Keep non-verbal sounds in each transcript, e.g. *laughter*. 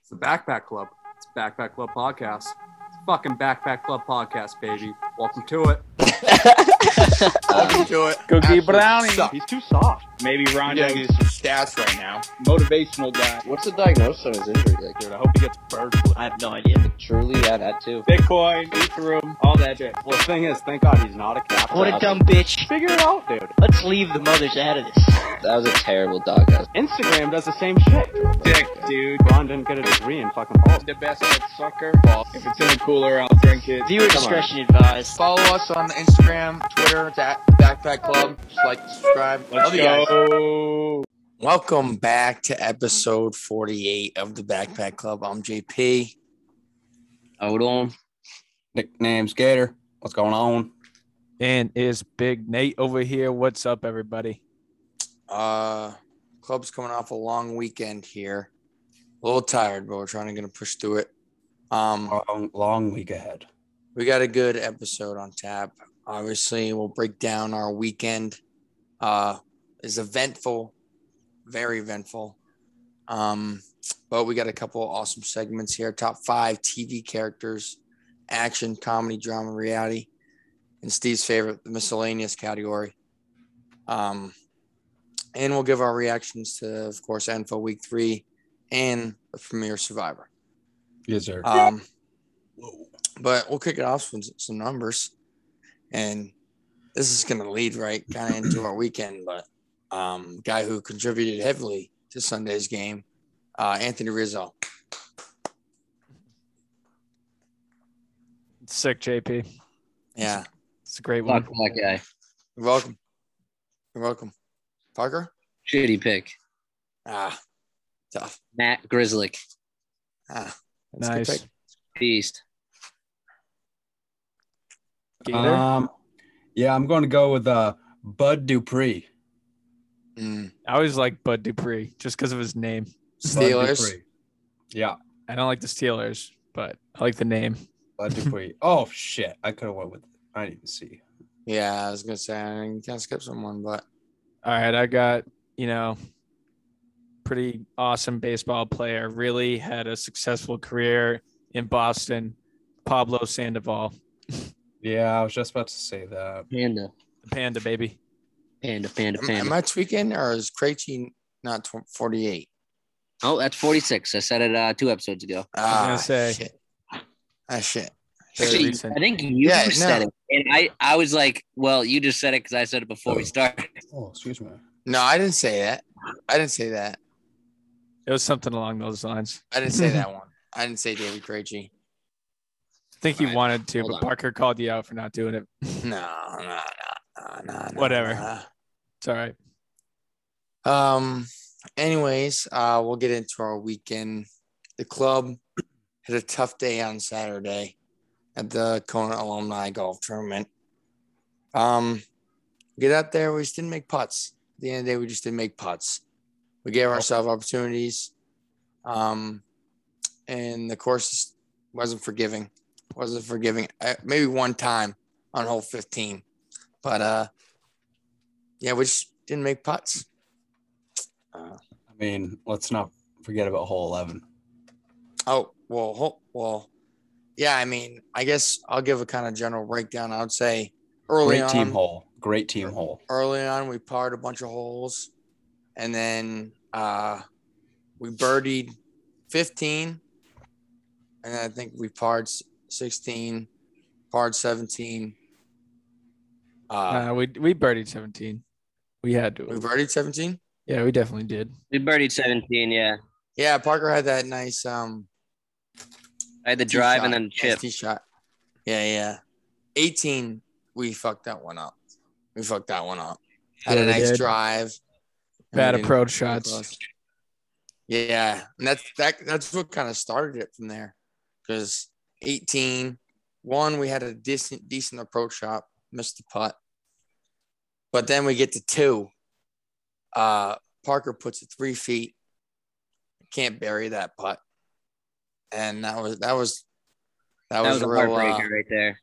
It's the Backpack Club. It's Backpack Club Podcast. It's fucking Backpack Club Podcast, baby. Welcome to it. Welcome to it. Cookie Absolute Brownie. suck. He's too soft. Maybe Ron Yeah, Jones he's is some stats right now. motivational guy. What's the diagnosis on his injury? Like, Dude, I hope he gets bird flu. I have no idea. truly, yeah, that too. Bitcoin, Ethereum, all that shit. Well, the thing is, thank God he's not a cat. What a dumb bitch. Figure it out, dude. Let's leave the mothers out of this. That was a terrible doghouse. Instagram does the same shit. Dick, dude. Ron didn't get a degree in fucking politics. The best at soccer. If it's in the cooler, I'll drink it. Viewer Come on. discretion advised. Follow us on Instagram, Twitter, it's at Backpack Club. Just like, subscribe. Let's Love you guys. go. Welcome back to episode 48 of the Backpack Club. I'm JP. Hold on. Nickname's Gator. What's going on? And is Big Nate over here? What's up, everybody? Uh club's coming off a long weekend here. A little tired, but we're trying to gonna push through it. Um Long, long week ahead. we got a good episode on tap. Obviously, we'll break down our weekend. Uh is eventful, very eventful. Um, but we got a couple awesome segments here. Top five TV characters, action, comedy, drama, reality, and Steve's favorite, the miscellaneous category. Um, and we'll give our reactions to, of course, Enfo Week Three and the premiere Survivor. Yes, sir. Um, but we'll kick it off with some numbers, and this is going to lead right kind of into our weekend. But um, guy who contributed heavily to Sunday's game, uh, Anthony Rizzo. Sick, JP. Yeah, It's a great one. Fuck that guy. you're welcome. You're welcome, Parker. Shitty pick. Ah, tough. Matt Grizzlick. Ah, that's a good Nice. pick. Beast. Gator? Uh, Um, yeah, I'm going to go with uh, Bud Dupree. Mm, I always like Bud Dupree just because of his name. Steelers. Bud Dupree. Yeah, I don't like the Steelers, but I like the name. Bud *laughs* Dupree. oh shit, I could have went with. I didn't even see. Yeah, I was gonna say I kind of skip someone, but All right, I got, you know, pretty awesome baseball player. Really had a successful career in Boston, Pablo Sandoval, Yeah, I was just about to say that. Panda. the Panda baby. Panda, panda, am, am panda. I tweaking or is Krejci not tw- 48? oh, that's 46. I said it uh, two episodes ago. Ah, gonna say- shit. Ah, shit. Actually, recent. I think you Yeah, said no. it. And I, I was like, well, you just said it because I said it before we started. Oh, excuse me. No, I didn't say that. I didn't say that. It was something along those lines. I didn't say that one. I didn't say David Krejci. I think you Fine. wanted to, Hold but on. Parker called you out for not doing it. No, no, no, no, no, no. Whatever. no. It's all right. Um. Anyways, uh, we'll get into our weekend. The club *clears throat* had a tough day on Saturday at the Kona Alumni Golf Tournament. Um, get out there. We just didn't make putts. At the end of the day, we just didn't make putts. We gave ourselves opportunities. Um, and the course just wasn't forgiving. Wasn't forgiving. Uh, maybe one time on hole fifteen, but uh, yeah, we just didn't make putts. I mean, let's not forget about hole eleven. Oh well, ho- well, yeah. I mean, I guess I'll give a kind of general breakdown. I would say early Great on, team hole. Great team hole. early on, we parred a bunch of holes, and then uh, we birdied fifteen, and then I think we parred s- sixteen, parred seventeen. Uh, Uh, we we birdied 17. We had we to. birdied seventeen. Yeah, we definitely did. We birdied 17, yeah. Yeah, Parker had that nice um I had the tee drive shot. and then the Nice chip. tee shot. Yeah, yeah. 18, we fucked that one up. We fucked that one up. Had Yeah, a we nice did. drive. and we Bad didn't approach get shots. close. Yeah, and that's that. That's what kind of started it from there. Because 18, one, we had a decent decent approach shot, missed the putt, but then we get to two. Uh, Parker puts it three feet. Can't bury that putt, and that was that was that, That was, was a a real uh, heartbreaker right there.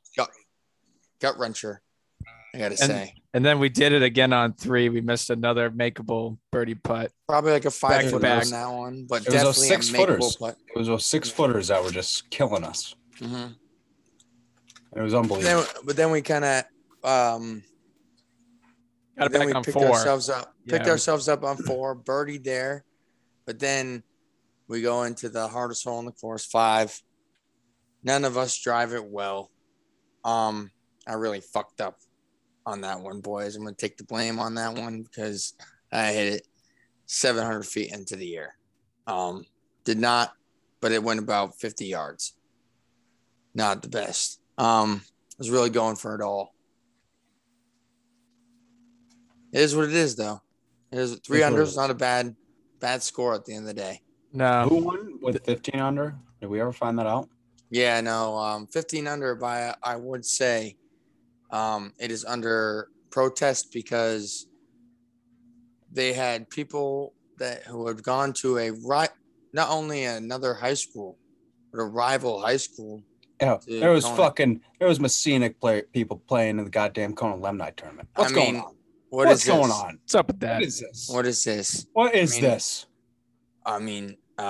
gut wrencher. I gotta And- say, And then we did it again on three. We missed another makeable birdie putt. Probably like a five to footer back. on that one, but It was those definitely six a makeable footers. putt. It was those six footers that were just killing us. Mhm. It was Then, unbelievable. but then we kind of um, Got it then we back on picked four. ourselves up. Picked Yeah. ourselves up on four, birdie there, but then we go into the hardest hole on the course, five. None of us drive it well. Um, I really fucked up on that one, boys. I'm gonna take the blame on that one because I hit it 700 feet into the air. Um, did not, but it went about 50 yards. Not the best. Um, I was really going for it all. It is what it is, though. It is three It's what it under is. is not a bad bad score at the end of the day. No, Who won with 15 under? Did we ever find that out? Yeah, no, um, 15 under by I would say um, it is under protest because they had people that who had gone to a right not only another high school but a rival high school. Yeah, Dude, there was Conan. fucking there was Messinic player people playing in the goddamn Conan alumni tournament. I What's mean, going on? What What's is going this? on? what's up with What that? is this? What is this? what is I mean, this? I mean, um,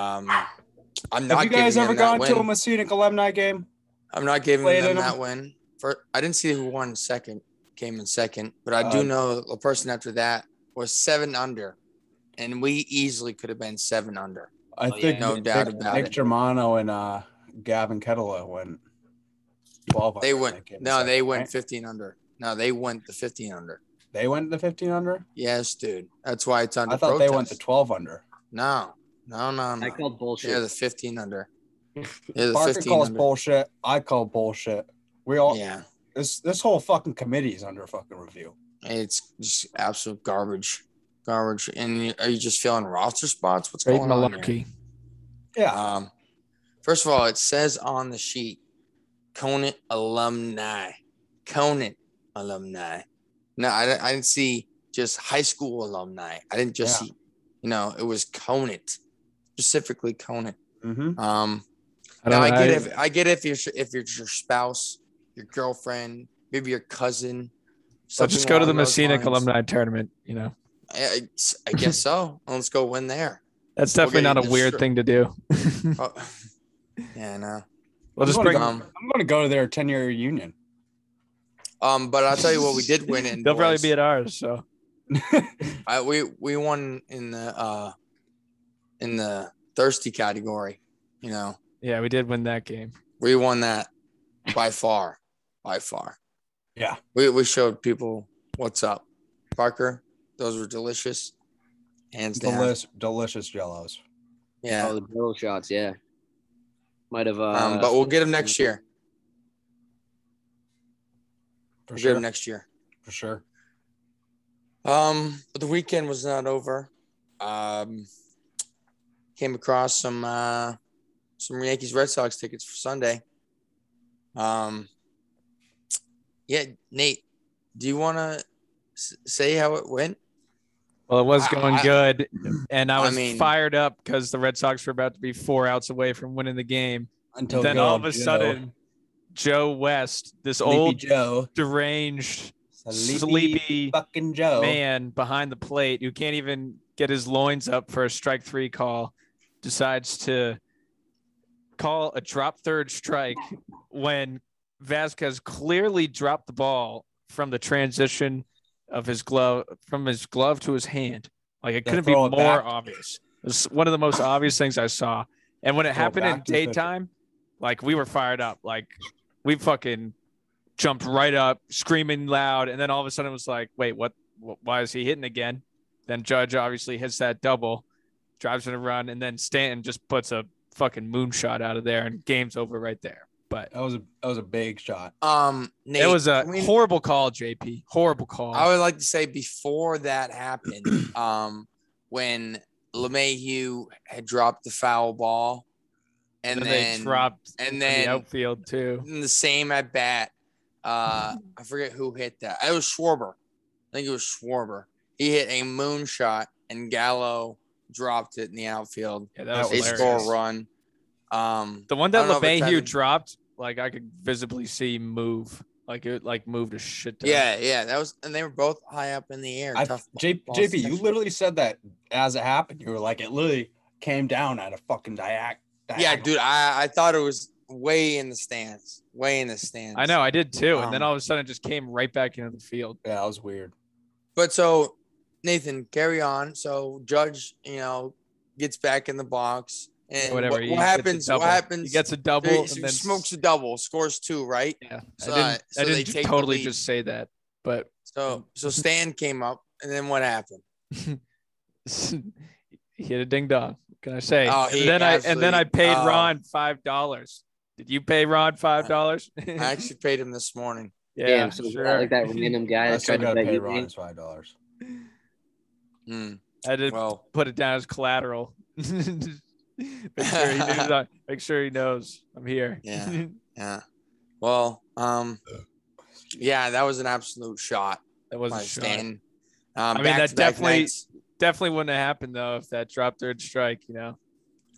I'm not. Have you guys giving them ever that gone win. to a Messinic alumni game? I'm not giving Played them in 'em? that win. For I didn't see who won second, came in second, but I do Uh, know the person after that was seven under, and we easily could have been seven under. I yeah, think Oh, no Nick, doubt about Nick it. Germano and uh, Gavin Kettler went 12 They under, I went think, in the no, second, they went right? fifteen under. No, they went the fifteen under. They went the 15 under. Yes, dude. That's why it's under. I thought they went the protest. 12 under. no, no, no, I no. called bullshit. They're the *laughs* fifteen under. They're the Parker fifteen calls under. bullshit. I call bullshit. We all Yeah, this this whole fucking committee is under fucking review. it's just absolute garbage, garbage. And you- are you just filling roster spots? What's Great going on? here? malarkey. Yeah, Um, first of all, it says on the sheet, Conan alumni. Conan alumni. No, I, di- I didn't see just high school alumni. I didn't just see, you know, it was Conan, specifically Conan. mm-hmm. Um, I now don't I know. get if I get if you're if you're your spouse, your girlfriend, maybe your cousin. So just go to the Messina Messina alumni tournament. You know, I, I- I guess so. Let's go win *laughs* there. that's We'll definitely get not a into weird str- thing to do. Oh, yeah, no. We'll just wanna bring. go- Um, I'm going to go to their 10 year reunion. Um, but I'll tell you what, we did *laughs* win in. They'll probably boys. be at ours. So I, we we won in the uh, in the thirsty category. You know, yeah, we did win that game. we won that by far, by far. Yeah. We we showed people what's up, Parker. Those were delicious, hands down. Delicious, delicious Jellos. Yeah, Oh, the barrel shots, yeah. Might have. Uh, um, but we'll get them next year. For We'll sure. get them next year. for sure. Um, but the weekend was not over. Um, came across some uh, some Yankees Red Sox tickets for Sunday. Um, yeah, Nate, do you want to s- say how it went? Well, it was going I- I- good, and I I was mean- fired up because the Red Sox were about to be four outs away from winning the game. Until then good all old of a Joe, sudden, Joe West, this Sleepy old Joe, deranged sleepy, sleepy fucking Joe. man behind the plate who can't even get his loins up for a strike three call, decides to call a drop third strike when Vasquez clearly dropped the ball from the transition of his glove from his glove to his hand. Like it They couldn't be throw more it back. obvious. It's one of the most obvious things I saw. And when it Throw it happened in back to the pitcher. daytime, like we were fired up. Like we fucking jumped right up, screaming loud, and then all of a sudden it was like, wait, what? wh- Why is he hitting again? Then Judge obviously hits that double, drives in a run, and then Stanton just puts a fucking moonshot out of there, and game's over right there. But That was a that was a big shot. Um, Nate, it was a can we- horrible call, JP. Horrible call. I would like to say before that *clears throat* happened, um, when LeMahieu had dropped the foul ball, and, and then, then they dropped and in then the outfield too. in the same at bat. Uh, I forget who hit that. It was Schwarber. I think it was Schwarber. He hit a moonshot, and Gallo dropped it in the outfield. Yeah, that, That was They was hilarious. score a run. Um, The I one that don't know if it's LeMahieu having- dropped, like I could visibly see move Like it like moved a shit. ton. Yeah, yeah, that was, and they were both high up in the air. I, tough J, balls JP, to you catch. literally said that as it happened. You were like, it literally came down at a fucking diac. Yeah, diagonal. dude, I I thought it was way in the stands, way in the stands. I know. I did too. And then Um, all of a sudden, it just came right back into the field. Yeah, that was weird. But so Nathan, carry on. So Judge, you know, gets back in the box, and Whatever. What, he what gets a happens? What double. happens? He gets a double They- and so then smokes a double, scores two, right? Yeah. So, I didn't, uh, so I they didn't take the totally lead. just say that, but *laughs* So so Stan came up, and then what happened? he hit a ding dong. What Can I say? Oh, he and then I and then I absolutely- paid oh. Ron five dollars. Did you pay Ron five dollars? I actually paid him this morning. *laughs* yeah, Damn, so sure. *laughs* like that random guy I that still tried to gotta bet pay you. Ron Ryan. his five dollars. Hmm, I did well, put it down as collateral. *laughs* make sure he *laughs* knows. I- Make sure he knows I'm here. Yeah. yeah, well, um, yeah, that was an absolute shot *laughs* that wasn't by a shot. Stan. Um, mean, back that to back definitely- nights- Definitely wouldn't have happened though if that drop third strike. You know.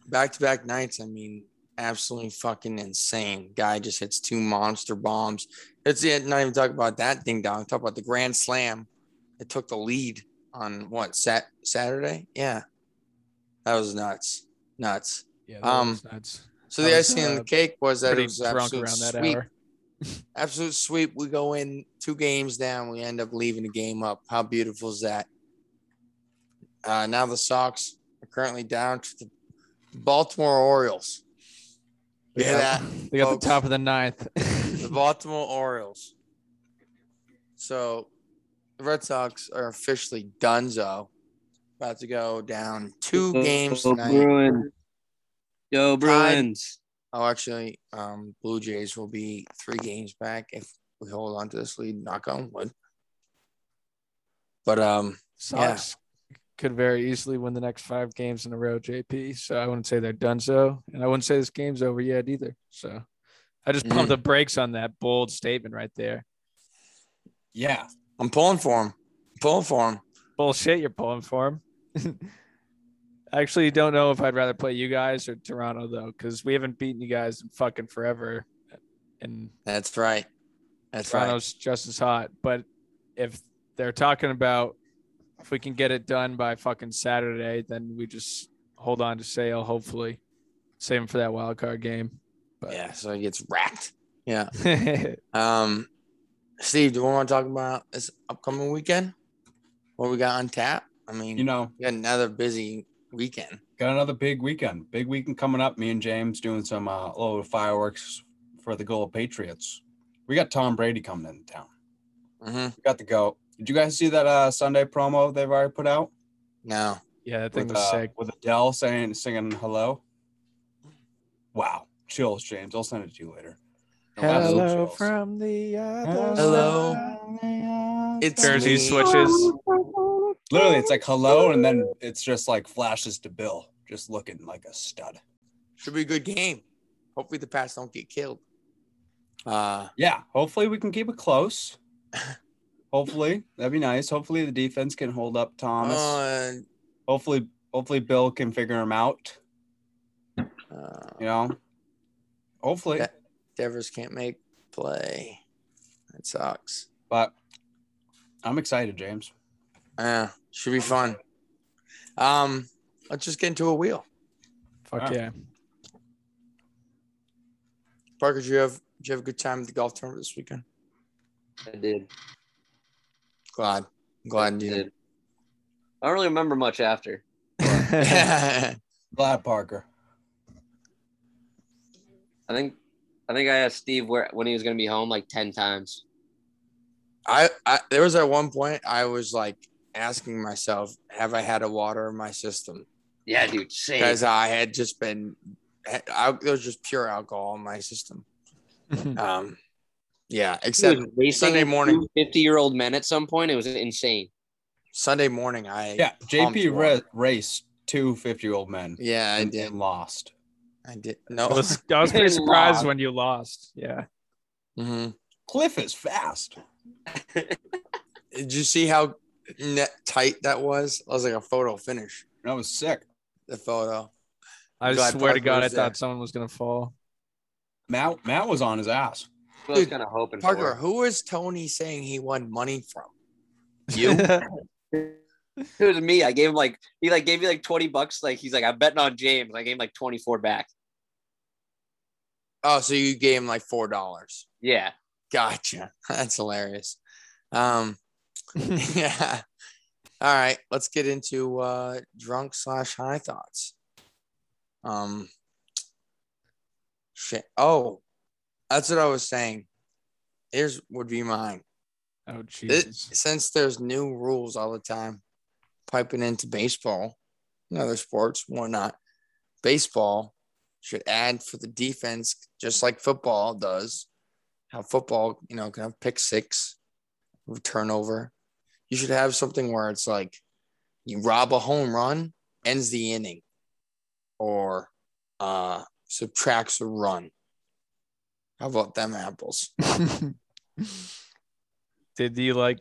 back to back nights. I mean, absolutely fucking insane. Guy just hits two monster bombs. It's yeah, not even talk about that ding dong. Talk about the grand slam. It took the lead on what sat Saturday? Yeah, that was nuts, nuts. Yeah. that Um, was So the I was, icing on uh, the cake was that it pretty was drunk absolute around that sweep. hour. Absolute sweep. We go in two games down. We end up leaving a game up. How beautiful is that? Uh, now the Sox are currently down to the Baltimore Orioles. They Yeah, got- They got folks. the top of the ninth. *laughs* the Baltimore Orioles. So the Red Sox are officially donezo. About to go down two Mm-hmm. games Go tonight. Bruins. Go Bruins. Oh, actually, um, Blue Jays will be three games back if we hold on to this lead. Knock on wood. But um, Sox could very easily win the next five games in a row, JP. So I wouldn't say they're done so. And I wouldn't say this game's over yet either. So I just pumped the brakes on that bold statement right there. Yeah, I'm pulling for him. Pulling for him. Bullshit, you're pulling for him. *laughs* I actually don't know if I'd rather play you guys or Toronto though, because we haven't beaten you guys in fucking forever. And That's right. That's right. Toronto's just as hot. But if they're talking about if we can get it done by fucking Saturday, then we just hold on to Sale. Hopefully, save him for that wild card game. *laughs* But Yeah. So he gets racked. Yeah. yeah, Um, Steve, do we want to talk about this upcoming weekend? What we got on tap? I mean, you know, we got another busy weekend. got another big weekend. Big weekend coming up. Me and James doing some uh, little fireworks for the Gold Patriots. We got Tom Brady coming into town. Mm-hmm. We got the go. Did you guys see that uh, Sunday promo they've already put out? No, that thing with, was uh, sick. with Adele saying singing hello. Wow, chills, James. I'll send it to you later. Absolute Hello chills. from the other Hello. side. it's Jersey me. switches. Literally, it's like hello, and then it's just like flashes to Bill, just looking like a stud. Should be a good game. Hopefully, the Pats don't get killed. Uh, Yeah, hopefully we can keep it *laughs* close. Hopefully that'd be nice. Hopefully the defense can hold up Thomas. uh, hopefully, hopefully Bill can figure him out. uh, You know, hopefully. Yeah. Devers can't make play. That sucks. But I'm excited, James. Yeah, should be fun. Um, let's just get into a wheel. Fuck yeah. Parker, did you have did you have a good time at the golf tournament this weekend? I did. Glad, glad you I did. did. I don't really remember much after. *laughs* Glad Parker. I think I think I asked Steve where when he was gonna be home like ten times. *laughs* I, I there was at one point I was like asking myself, have I had a water in my system? Yeah, dude, same. Because I had just been, I, I, there was just pure alcohol in my system. Um, yeah, except Sunday morning. Fifty year old men at some point. It was insane. Sunday morning, I Yeah, JP pumped ra- water. raced two 50 year old men yeah, I and, did, and lost. I did. *laughs* I No, *laughs* was, I was pretty Lost. surprised when you lost. Yeah. Mhm. Cliff is fast. did you see how net tight that was? That was like a photo finish. That was sick. The photo. I Glad swear Parker to God, I was there. thought someone was going to fall. Matt Matt was on his ass. I was Dude, kind of hoping Parker, for. who was Tony saying he won money from? You? It was me. I gave him like he like gave me like twenty bucks. Like he's like I'm betting on James. I gave him like twenty four back. Oh, so you gave him like four dollars. Yeah. Gotcha. *laughs* That's hilarious. Um, yeah. All right, let's get into uh, drunk slash high thoughts. Um, shit. Oh, that's what I was saying. Here's would be mine. *laughs* Oh Thi- Jesus. since there's new rules all the time, piping into baseball and other sports, why not? Baseball should add for the defense, just like football does. How football, you know, can have pick six, turnover. You should have something where it's like you rob a home run, ends the inning, or uh, subtracts a run. How about them apples? *laughs* Did you like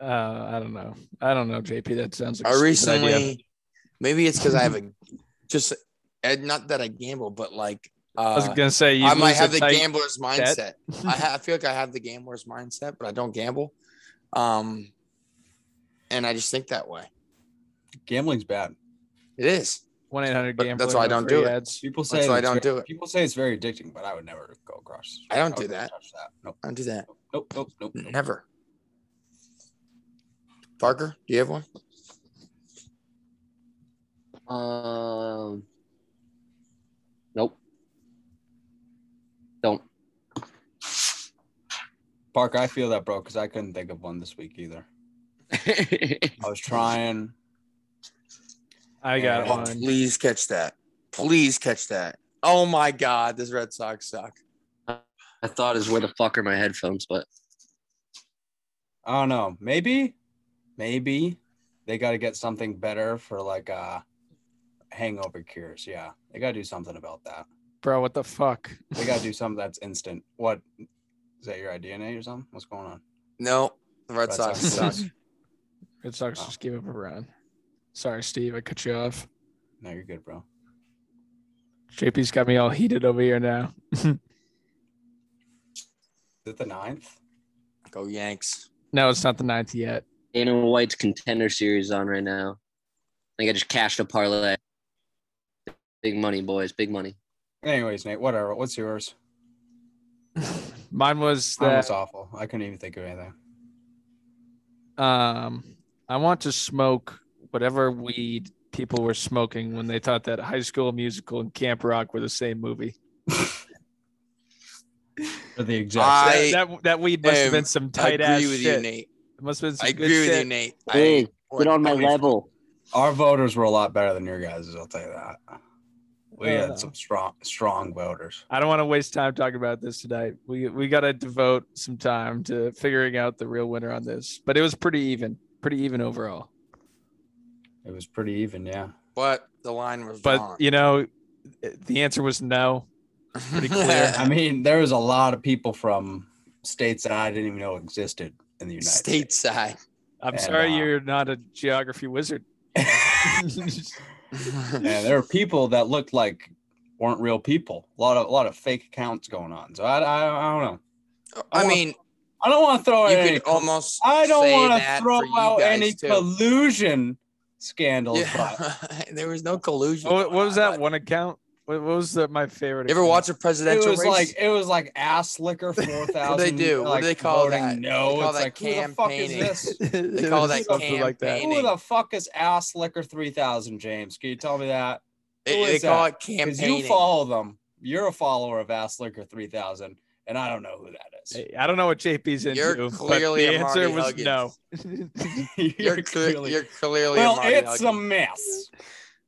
uh I don't know. I don't know, JP. That sounds like a I stupid idea. recently, maybe it's because I have a *laughs* just and not that I gamble, but like I was uh, gonna say you I might lose have the tight- gambler's mindset. *laughs* I, ha- I feel like I have the gambler's mindset, but I don't gamble. Um, and I just think that way. Gambling's bad. It is. one eight hundred But gambler. that's why I no don't free do it. ads. People say That's why I it's don't very- do it. People say it's very addicting, but I would never go across. I would don't do never that. Touch that. Nope. I don't do that. Nope. Nope. Nope. nope. Never. Parker, do you have one? Um. *laughs* Nope. Don't. Parker, I feel that, bro, because I couldn't think of one this week either. I was trying. I got Yeah. Oh, one. please catch that. Please catch that. Oh my God, this Red Sox suck. I thought is where the fuck are my headphones, but I don't know. Maybe, maybe they got to get something better for like uh hangover cures. Yeah, they got to do something about that. Bro, what the fuck? They got to do something that's instant. What is that? Your idea, Nate, or something? What's going on? No, the Red, Red Sox, Sox suck. Red Sox Wow. just gave up a run. Sorry, Steve, I cut you off. No, you're good, bro. JP's got me all heated over here now. Is it the ninth? Go Yanks. No, it's not the ninth yet. *laughs* Dana White's contender series on right now. I think I just cashed a parlay. Big money, boys. Big money. Anyways, Nate, whatever. What's yours? Mine was That that was awful. I couldn't even think of anything. um I want to smoke whatever weed people were smoking when they thought that High School Musical and Camp Rock were the same movie. For the exact. I- that, that that weed must have am- been some I tight ass agree with you, shit. Nate. It must have been some I good agree with shit. you, Nate. Hey, I, Get on my level. Our voters were a lot better than your guys'. I'll tell you that. We Uh, had some strong, strong voters. I don't want to waste time talking about this tonight. We we got to devote some time to figuring out the real winner on this. But it was pretty even, pretty even overall. It was pretty even, yeah. But the line was But wrong. you know, the answer was no. pretty clear. *laughs* I mean, there was a lot of people from states that I didn't even know existed in the United States. Stateside. I'm And, sorry, uh, you're not a *laughs* geography wizard. *laughs* *laughs* yeah, there were people that looked like weren't real people. A lot of a lot of fake accounts going on. So I, I, I don't know. I mean, I don't want to throw out you any. could almost. I don't say want to that throw for you out guys, any too. collusion scandals. But Yeah. *laughs* there was no collusion. What, what was going on, that but- one account? What, what was the, my favorite? You ever account? watch a it presidential was race? like it was like ass liquor *laughs* four thousand. do? What do they call that? No, They call it's that like who the fuck is campaigning. *laughs* this? they call that something like that. campaigning. Who the fuck is ass liquor three thousand, James? Can you tell me that? they, what they is call that? it Because campaigning. you follow them. You're a follower of ass liquor three thousand, and I don't know who *laughs* that Hey, I don't know what JP's into. You're but clearly the a answer Marty was Huggins. no. is. You're, cle- you're clearly. well, a Marty it's a Huggins. mess.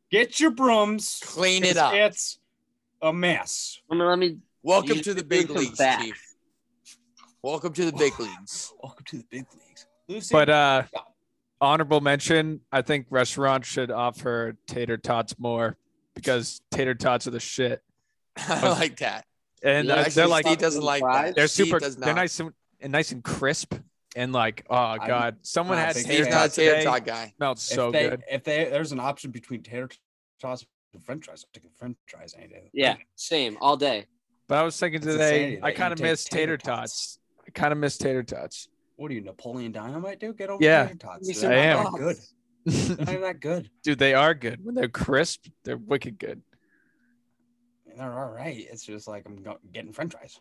Get your brooms. Clean it 'cause up. It's a mess. Let me, let me Welcome you to the should big do some leagues, facts. Chief. Welcome to the big leagues. *laughs* Welcome to the big leagues, Lucy. But uh honorable mention, I think restaurants should offer tater tots more because tater tots are the shit. I like that. And Yeah, uh, Actually, they're like Steve doesn't like that. they're Steve super does they're not. nice and, and nice and crisp and like oh I'm god, someone not a had big tater Steve's fan. not a tots tater today. tot guy. Smelled if so they, good. if they, there's an option between tater tots and French fries, I'm taking French fries any day. Yeah, same all day. But I was thinking It's today, insanity I that you kind of take miss tater tater tots. I kind of miss tater tots. *laughs* What are you, Napoleon Dynamite, dude? Get over Yeah. tater tots. Give me They're some not hot that good. They're not Dude, that good. they are good. When they're crisp, they're wicked good. I mean, They're all right. It's just like I'm go- getting French fries.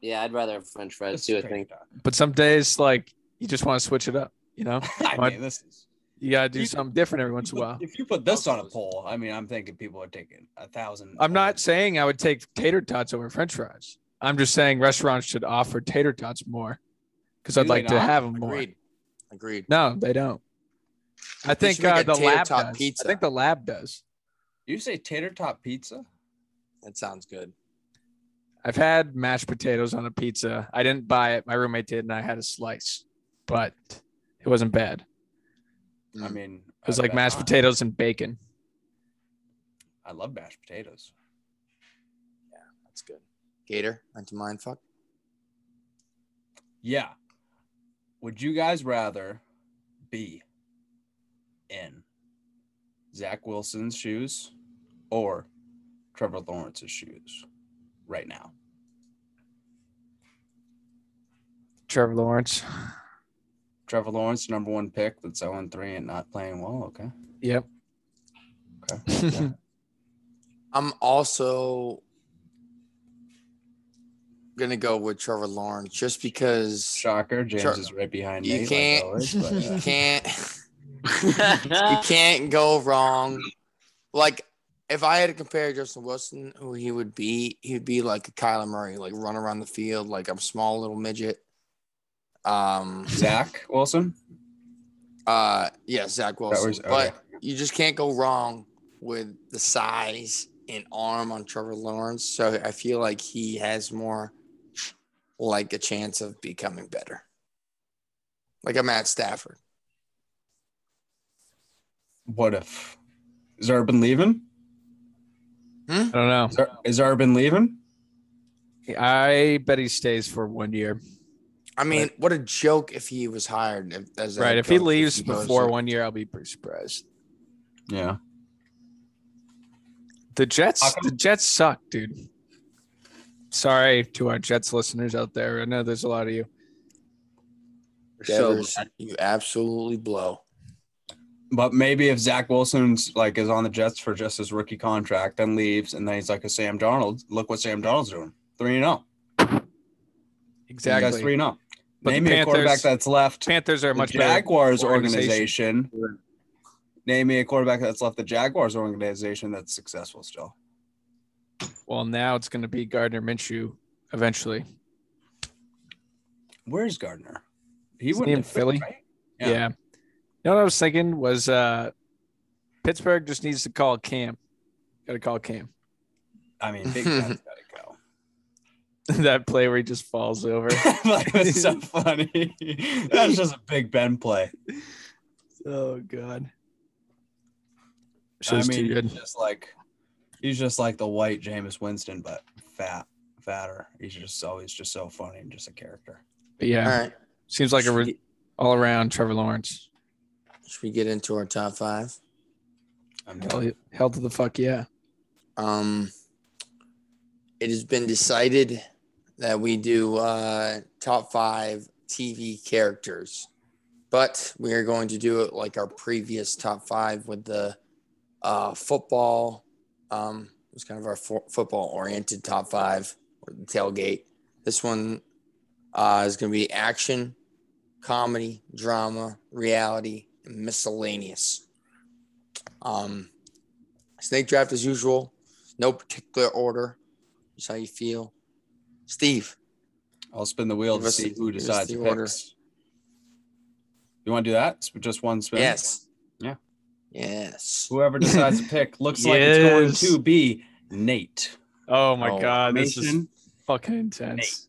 Yeah, I'd rather have French fries It's too. I tater *laughs* think. tot. But some days, like, you just want to switch it up, you know? *laughs* I mean, this is. You got to do You- something different every once in *laughs* a while. If you put this on a poll, I mean, I'm thinking people are taking a thousand. I'm not saying I would take tater tots over french fries. I'm just saying restaurants should offer tater tots more because I'd Do like they to not? have them more. Agreed. Agreed. No, they don't. They I think should make uh, a the tater lab tot does. pizza. I think the lab does. You say tater tot pizza? That sounds good. I've had mashed potatoes on a pizza. I didn't buy it. My roommate did, and I had a slice, but it wasn't bad. I Mm. mean, It was I like bet mashed not. potatoes and bacon. I love mashed potatoes. That's good. Gator, not to mind fuck. Yeah. Would you guys rather be in Zach Wilson's shoes or Trevor Lawrence's shoes right now? Trevor Lawrence. *laughs* Trevor Lawrence, number one pick that's 0 3 and not playing well. Okay. Yep. Okay. I'm also gonna go with Trevor Lawrence just because Shocker. James Sure. is right behind You me. like can't- always, *laughs* but, you uh, can't you can't go wrong. Like if I had to compare Justin Wilson, who he would be, he'd be like a Kyler Murray, like run around the field, like I'm small little midget. Um Zach Wilson? uh yeah, Zach Wilson. was- okay. But you just can't go wrong with the size and arm on Trevor Lawrence. So I feel like he has more like a chance of becoming better. Like a Matt Stafford. What if? Is Urban leaving? I don't know. Is, Ur- is Urban leaving? I bet he stays for one year. I mean, what a joke if he was hired if- as a Right. head If he coach, leaves goes before to- one year, I'll be pretty surprised. Yeah. The Jets, How the Jets suck, dude. Sorry to our Jets listeners out there. I know there's a lot of you. Devers, you absolutely blow. But maybe if Zach Wilson's like is on the Jets for just his rookie contract, then leaves, and then he's like a Sam Donald. Look what Sam Donald's doing. Three and zero. That's three Exactly. and zero. But the Name me a quarterback Panthers- that's left Panthers are a the much better. Jaguars organization. organization. Name me a quarterback that's left the Jaguars organization that's successful still. Well, now it's going to be Gardner Minshew eventually. Where's Gardner? Is he wouldn't in have quit, Philly? right? Yeah. Yeah. You know what I was thinking was uh Pittsburgh just needs to call Cam. Got to call Cam. *laughs* I mean, Big Ben's gotta go. *laughs* that play where he just falls over. That's so funny. *laughs* That's just a Big Ben play. oh God. I Shit's mean, he's too good. just like he's just like the white Jameis Winston, but fat, fatter. He's just always just so funny and just a character. But yeah, All right. seems like a Should re- all around Trevor Lawrence. Should we get into our top five? I'm Hell, hell to the fuck yeah. Um, it has been decided that we do uh, top five TV characters, but we are going to do it like our previous top five with the uh, football. Um, it was kind of our fo- football oriented top five or the tailgate. This one uh, is going to be action, comedy, drama, reality, and miscellaneous. Um, snake draft as usual. No particular order. Just how you feel. Steve, I'll spin the wheel Give to us- see who give us decides the the order. picks. You want to do that? Sp- Just one spin. yes. Yeah. Yes. Whoever decides *laughs* to pick looks like it's Yes. going to be Nate. Oh my Oh, God, this is Mason, fucking intense.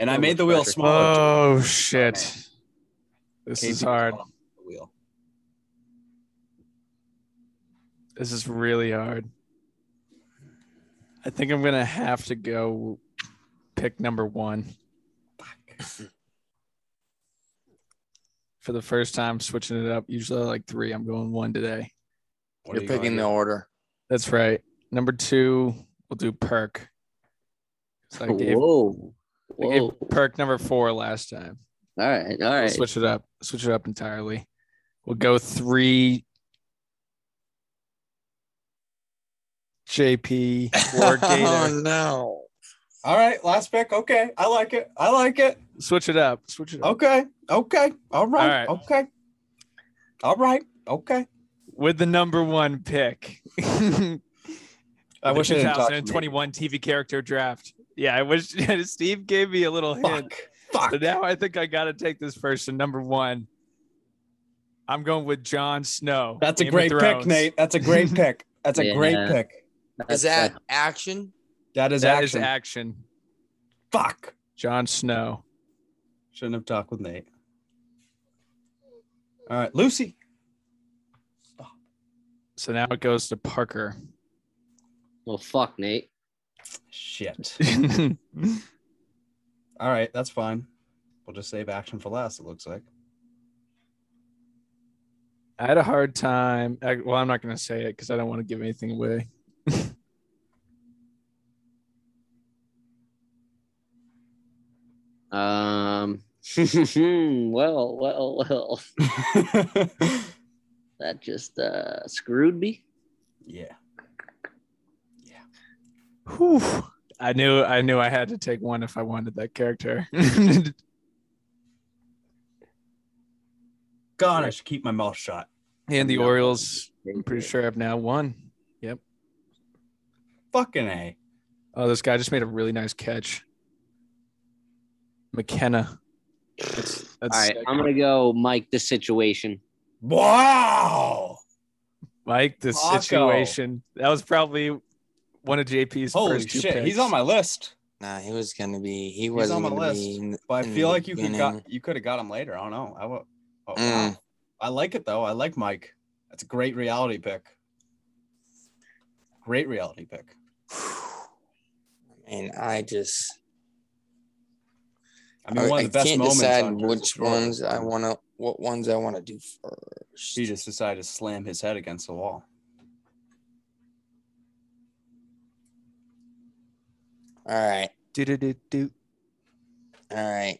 and I Oh, made the wheel Patrick. smaller. too. Oh shit. This Casey is was hard. off the wheel. This is really hard. I think I'm gonna have to go pick number one. For the first time, switching it up. Usually I like three. I'm going one today. What are You're you gonna *laughs* picking do? the order. That's right. Number two, we'll do perk. So *laughs* I gave, Whoa. I Whoa. gave perk number four last time. all right. All We'll right. switch it up. Switch it up entirely. We'll go three. JP *laughs* Ward Gator. oh no. All right, last pick. Okay, I like it. I like it. Switch it up. Switch it up. Okay, okay. All right, All right. okay. All right, okay. With the number one pick. *laughs* I The wish I didn't talk to me. 2021 TV character draft. Yeah, I wish *laughs* Steve gave me a little hint. Fuck. Fuck. So now I think I got to take this person. Number one, I'm going with Jon Snow. That's a Game of great pick, Thrones. Nate. That's a *laughs* great pick. That's a great Yeah. pick. That's- Is that action? That is That is action. action. Fuck. Jon Snow. Shouldn't have talked with Nate. All right, Lucy. So now it goes to Parker. Well, fuck, Nate. *laughs* Shit. *laughs* All All right, that's fine. We'll just save action for last. It looks *laughs* like. I had a hard time. I, well, I'm not going to say it because I don't want to give anything away. Um. *laughs* well, well, well. That just uh, screwed me. yeah. Whew. I knew I knew I had to take one if I wanted that *laughs* character. God, I should keep my mouth shut. and the No. Orioles, I'm pretty sure I've now won. Fucking a. Oh, this guy just made a really nice catch. McKenna. That's, that's All right, sick. I'm gonna go, Mike. The situation. Wow. Mike, the Paco. situation. That was probably one of JP's Holy first two shit. picks. He's on my list. Nah, he was gonna be. He He's on wasn't my gonna list. be. in- But I in feel the like you could beginning. got you could have got him later. I don't know. I would. Oh, wow. Mm. I like it though. I like Mike. That's a great reality pick. Great reality pick. And I just. I mean, I, one I of the best can't moments. decide on Jersey which Shore. ones I want to, what ones I want to do first. He just decided to slam his head against the wall. All right, Do-do-do-do. all right.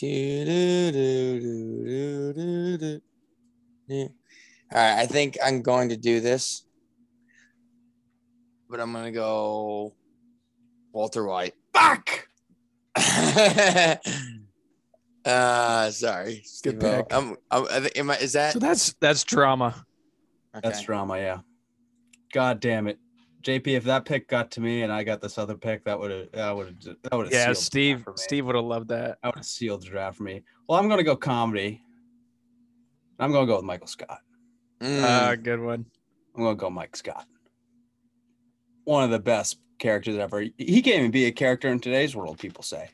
Do-do-do-do-do-do-do. Yeah. All right, I think I'm going to do this, but I'm gonna go Walter White. *laughs* Fuck. uh, sorry. Steve-O. pick. I'm, I'm, I think- am I, is that So that's that's drama. That's drama. Yeah. God damn it, JP. If that pick got to me and I got this other pick, that would have that would have that would have Yeah, Steve for me. Steve would have loved that. I would have sealed the draft for me. Well, I'm gonna go comedy. I'm gonna go with Michael Scott. Hmm. Mm. Uh, good one. I'm gonna go Mike Scott. One of the best characters ever. He can't even be a character in today's world, people say.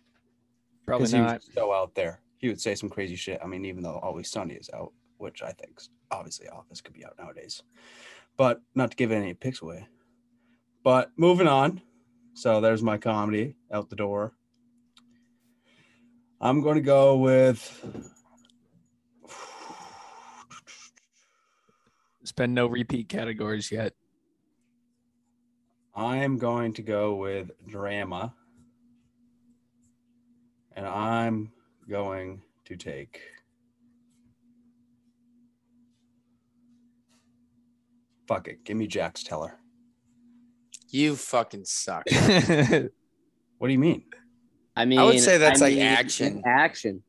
Probably Because he not. was so out there. He would say some crazy shit. I mean, even though Always Sunny is out, which I think is- obviously Office could be out nowadays. But not to give any picks away. But moving on. So there's my comedy out the door. I'm going to go with There's been no repeat categories yet. *laughs* I'm going to go with drama. And I'm going to take. Fuck it. Give me Jax Teller. you fucking suck. What do you mean? I mean, would say that's, like, mean, action. Action.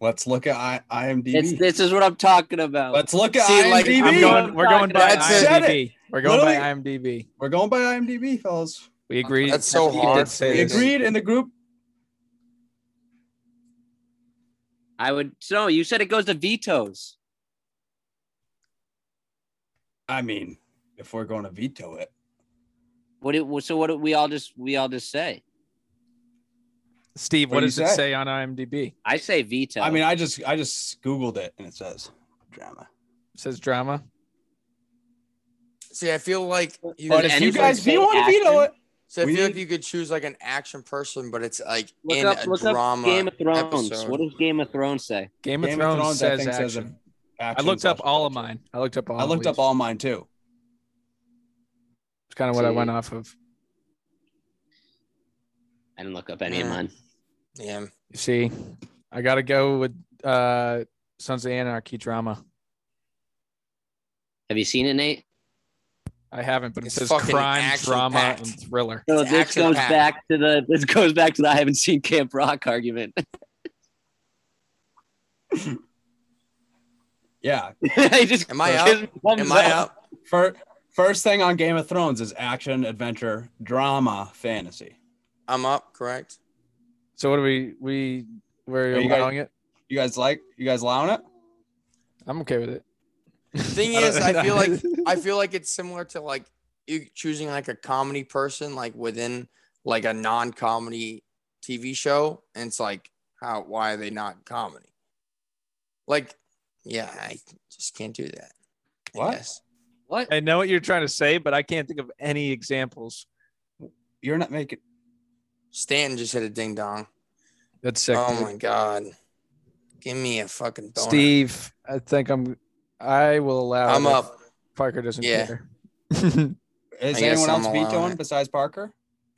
Let's look at I- It's, IMDb. this is what I'm talking about. Let's look at See, like, IMDb. I'm going, we're going by That's it. IMDb. We're going by Literally- IMDb. We're going by IMDb, fellas. We agreed. That's so You hard did say for We you. this. agreed in the group. I would. So you said it goes to vetoes. I mean, if we're going to veto it, What it so what did we all just we all just say? Steve, what, What'd does you it say? say on IMDb? It I say veto. I mean, I just I just googled it and it says drama. says drama. See, I *laughs* feel like you. But Does if you anybody guys, if you say want to veto action? it, so I we feel like need- you could choose like an action person, but it's like look in up a look drama. up Game of Thrones. episode. What does Game of Thrones say? Game, Game of of Thrones, Thrones, I says think, action. says I action looked up slash all of adventure. mine. I looked up all. I looked up all mine too. It's kind of what I went off of. I didn't look up any of Mm. mine. Yeah. You see, I gotta go with uh Sons of Anarchy drama. Have you seen it, Nate? I haven't, but it It's says fucking crime, action drama, packed. and thriller. No, It's this action goes packed. back to the this goes back to the I haven't seen Camp Rock argument. *laughs* Yeah. I just Am I it up? gives me thumbs Am I up. up? First, first thing on Game of Thrones is action, adventure, drama, fantasy. I'm up, correct? So what do we we we're Are you guys- allowing it? You guys like? You guys allowing it? I'm okay with it. The thing *laughs* I don't- is, I feel like I feel like it's similar to like you choosing like a comedy person like within like a non-comedy TV show, and it's like how why are they not comedy? Like, yeah, I just can't do that. I What? guess. What? I know what you're trying to say, but I can't think of any examples. You're not making. Stanton just hit a ding dong. That's sick. Oh my god! Give me a fucking donut. Steve, I think I'm I will allow I'm it if uh, up. Parker doesn't Yeah. care. *laughs* Is I guess anyone else I'm allowing vetoing it. besides Parker?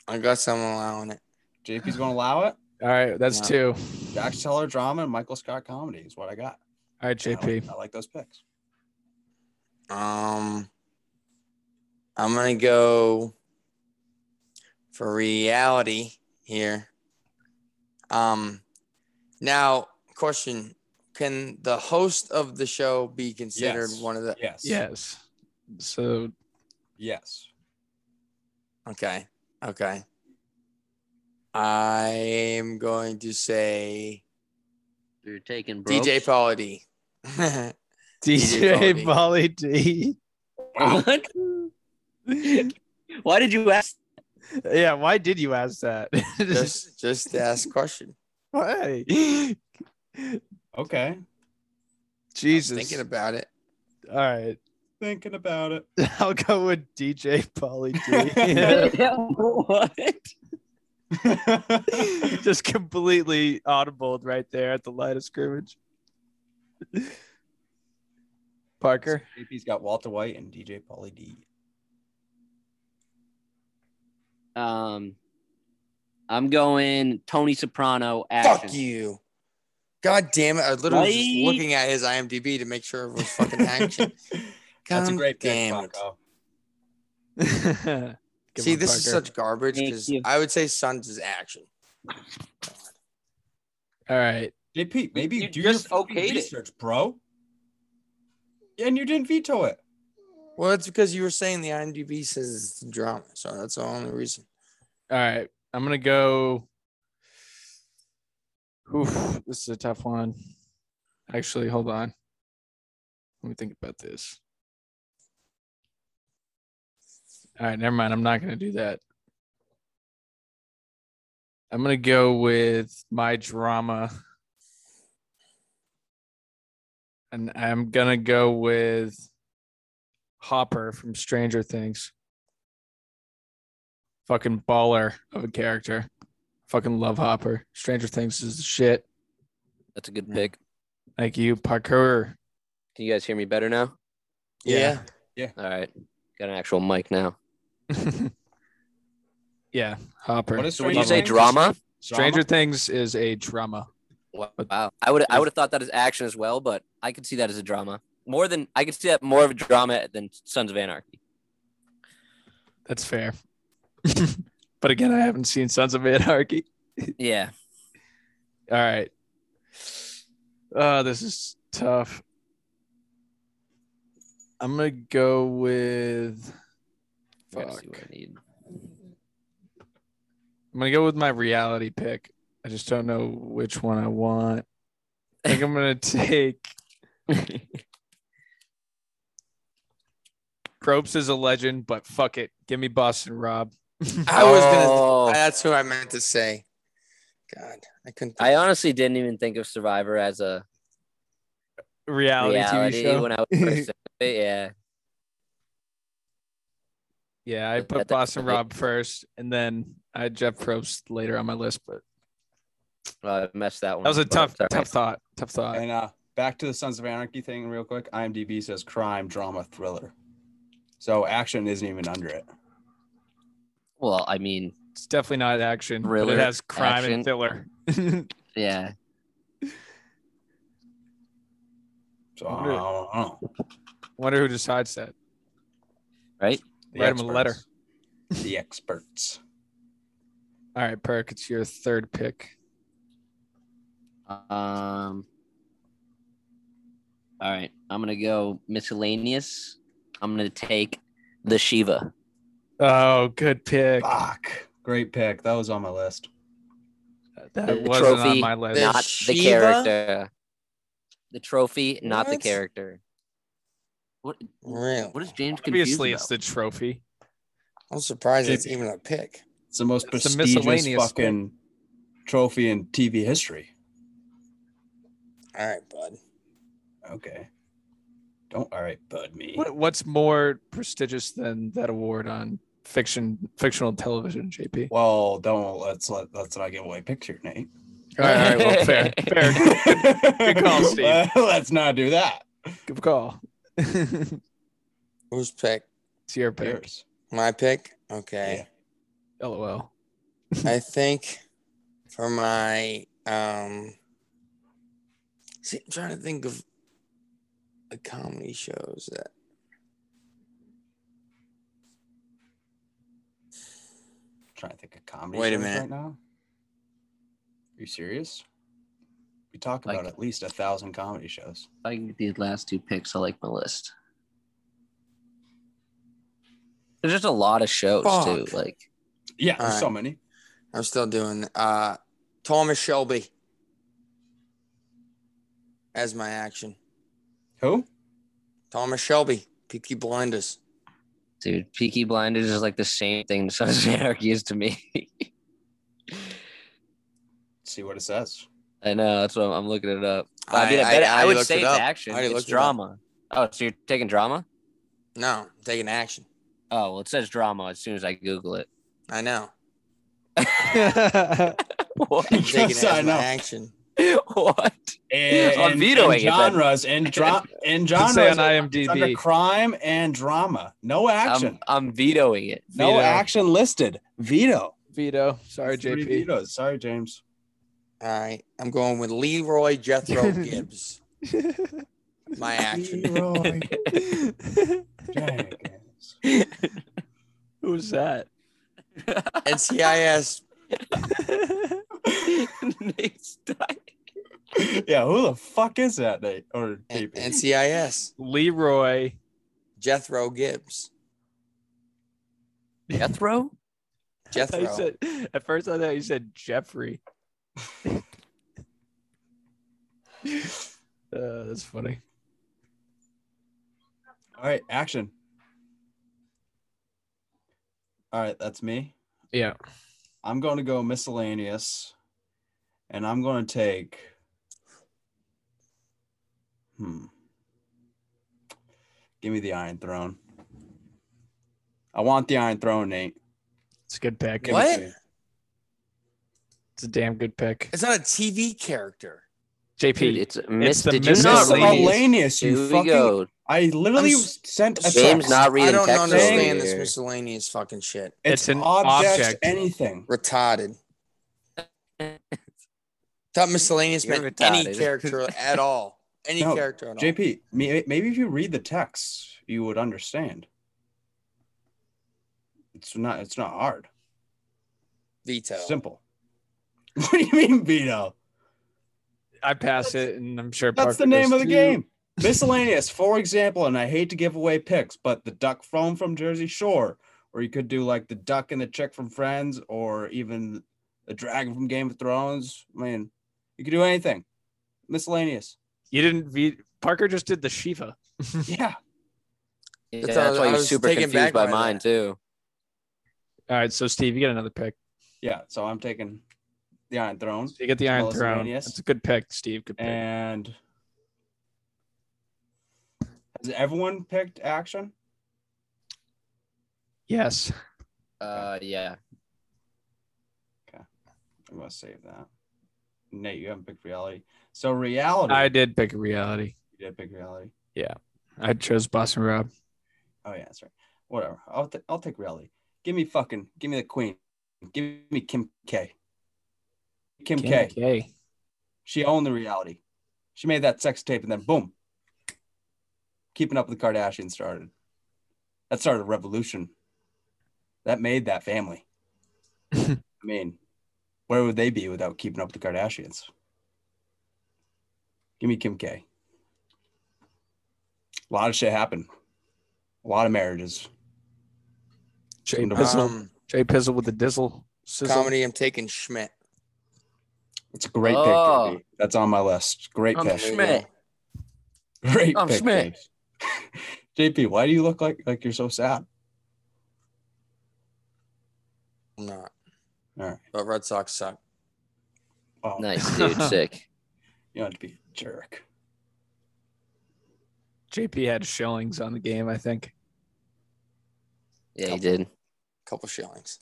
I got someone allowing it. JP's going to allow it. All right, that's No. two. Dax Teller drama and Michael Scott comedy is what I got. All right, And I like- JP. I like those picks. Um, I'm gonna go for reality here. Um, now question: Can the host of the show be considered Yes. one of the? Yes. Yes. So Yes. Okay, okay. I am going to say You're taking DJ Paula D. *laughs* DJ Pauly D. Polly D. What? *laughs* Why did you ask? *laughs* Yeah, why did you ask that? *laughs* just, just to ask question. why? Okay. Jesus. Thinking about it. All right. *laughs* Thinking about *laughs* it. I'll go with DJ Polly D. what? *laughs* Just completely audibled right there at the line of scrimmage. *laughs* Parker. JP's got Walter White and DJ Pauly D. Um, I'm going Tony Soprano. Action. Fuck you. God damn it. I was literally just Right? looking at his IMDb to make sure it was *laughs* fucking action. That's a God great pick, damn it. Paco. Come See, on, this is Parker. such garbage Thank because you. I would say Sons is action. All right. JP, maybe You do just your fucking okayed it. research, bro. And you didn't veto it. Well, it's because you were saying the IMDb says it's drama. So that's the only reason. All right. I'm going to go. Oof, this is a tough one. Actually, hold on. Let me think about this. All right. Never mind. I'm not going to do that. I'm going to go with my drama. And I'm going to go with Hopper from Stranger Things fucking baller of a character. Fucking love Hopper. Stranger Things is the shit. That's a good pick. Thank you, Parker. Can you guys hear me better now? Yeah. All right, got an actual mic now. *laughs* yeah, Hopper. What is So would you Stranger say Things? drama? Stranger Things is a drama. Wow, I would I would have thought that as action as well, but I could see that as a drama more than I could see that more of a drama than Sons of Anarchy. That's fair. *laughs* but again, I haven't seen Sons of Anarchy. Yeah, All right. Uh, this is tough. I'm gonna go with. I gotta Fuck. see what I need. I'm gonna go with my reality pick. I just don't know which one I want. I think I'm gonna *laughs* take. Probes is a legend, but fuck it, give me Boston Rob. I was going Oh. to. That's who I meant to say. God, I couldn't. I honestly didn't even think of Survivor as a Reality, reality TV show. *laughs* when I was first thinking of it. Yeah, yeah, I That- put that- Boston that- Rob first, and then I had Jeff Probst later on my list. But well, I messed that one. that was a up, but tough, it's all tough thought. Tough thought. And uh, back to the Sons of Anarchy thing, real quick. IMDb says crime, drama, thriller. So action isn't even under it. Well, I mean, It's definitely not action. but Thriller, it has crime action. and thriller. Yeah. So I don't, know, I don't know. Wonder who decides that. Right? The Write him a letter. experts. The experts. All right, Perk, it's your third pick. Um. All right, I'm gonna go miscellaneous. I'm gonna take *laughs* the Shiva. Oh, good Ah. pick. Fuck. Great pick. That was on my list. That The wasn't on trophy, my list. The not the Shiva? character. The trophy, not the What? character. What? Real. What is James confused Obviously, about? it's the trophy. I'm surprised Jim- it's even a pick. It's the most It's a prestigious miscellaneous fucking trophy in TV history. All right, bud. Okay. Don't all right, bud me. What, what's more prestigious than that award on fiction, fictional television? JP. Well, don't let's let let's not give away picture, Nate. All right, all right well, fair, *laughs* fair. Good call, Steve. Let's not do that. Good call. it's Who's pick? your pick. Yours. My pick? Okay. LOL. I think for my um see, I'm trying to think of the comedy shows that trying to think of comedy. Wait a shows minute. Right now. Are you serious? We talk Like- about at least a thousand comedy shows. I can get these last two picks. I like my list. There's just a lot of shows too. Fuck. Like Yeah, All there's so right. many. I'm still doing uh Thomas Shelby as my action. Who? Thomas Shelby, Peaky Blinders. Dude, Peaky Blinders is like the same thing *laughs* that Sons of Anarchy is to me. *laughs* See what it says. I know that's what I'm, I'm looking it up. But I- I, mean, I, I- bet, I I, already would looked say it it's up. action. I already It's looked it up. drama. oh, so you're taking drama? No, I'm taking action. Oh, well, it says drama as soon as I Google *laughs* it. I *laughs* know. what? I'm taking Yes, it I as my know. action. what? And, I'm and- vetoing and it, but- genres and dra- and genres. say on it's IMDb. under crime and drama. No action. I'm, I'm vetoing it. no veto. action listed. Veto. Vito. Sorry, Three JP. Vetoes. Sorry, James. All right. I'm going with Leroy Jethro Gibbs. *laughs* my action. Leroy Jenkins. Who's that? NCIS. Nate's dying. yeah, who the fuck is that, Nate? Or N- JP? NCIS. Leroy. Jethro Gibbs. Jethro? I thought Jethro. you said- at first, I thought you said Jeffrey. Uh, that's funny. All right, action. All right, that's me. Yeah. I'm going to go miscellaneous and I'm going to take. Hmm. Give me the Iron Throne. I want the Iron Throne, Nate. It's a good pick. Give it What? to me. It's a damn good pick. it's not a TV character. JP. Dude, it's Miss. the Did you not read? it? Miscellaneous, Here you we fucking. go. I literally I'm s- sent a James text. not reading I don't text understand this earlier. miscellaneous fucking shit. It's, It's an an object, object. anything. Retarded. Thought miscellaneous You're meant any retarded. character *laughs* at all. Any No, character at all. JP, may- maybe if you read the text, you would understand. It's not. It's not hard. Veto. Simple. *laughs* What do you mean, Vito? I pass it, and I'm sure That's Parker the name does of the too. game. Miscellaneous, for example, and I hate to give away picks, but the duck phone from Jersey Shore, or you could do like the duck and the chick from Friends, or even the dragon from Game of Thrones. I mean, you could do anything. *laughs* Miscellaneous. You didn't. V- Parker just did the Shiva. Yeah. Yeah, That's- that's, I why you're was super taken back confused by by mine that. too. All right, so Steve, you get another pick. Yeah. So I'm taking the Iron Throne. So you get the Iron Well, Throne. Miscellaneous. That's a good pick, Steve. Good pick. And has everyone picked action? yes. Uh, yeah. I'm gonna save that. Nate, you haven't picked reality. So reality, I did pick reality. you did pick reality. I chose Boston Rob. Oh yeah, that's right. Whatever. I'll t- I'll take reality. Give me fucking give me the queen. Give me Kim K. Kim, K. K. She owned the reality. She made that sex tape and then boom. Keeping up with the Kardashians started. That started a revolution. That made that family. I mean, where would they be without keeping up with the Kardashians? Give me Kim K. A lot of shit happened. A lot of marriages. Jay Pizzle. Um, Jay Pizzle with the dizzle. sizzle. comedy, I'm taking Schmidt. It's a great Oh. pick. JB. That's on my list. Great I'm pick. Schmidt. Great I'm pick. Schmidt. *laughs* JB. JP, why do you look like like you're so sad? I'm not. All right. But Red Sox suck. Well, *laughs* Nice, dude. Sick. You don't have to be a jerk. JP had shillings on the game, I think. Yeah, he did. Couple shillings.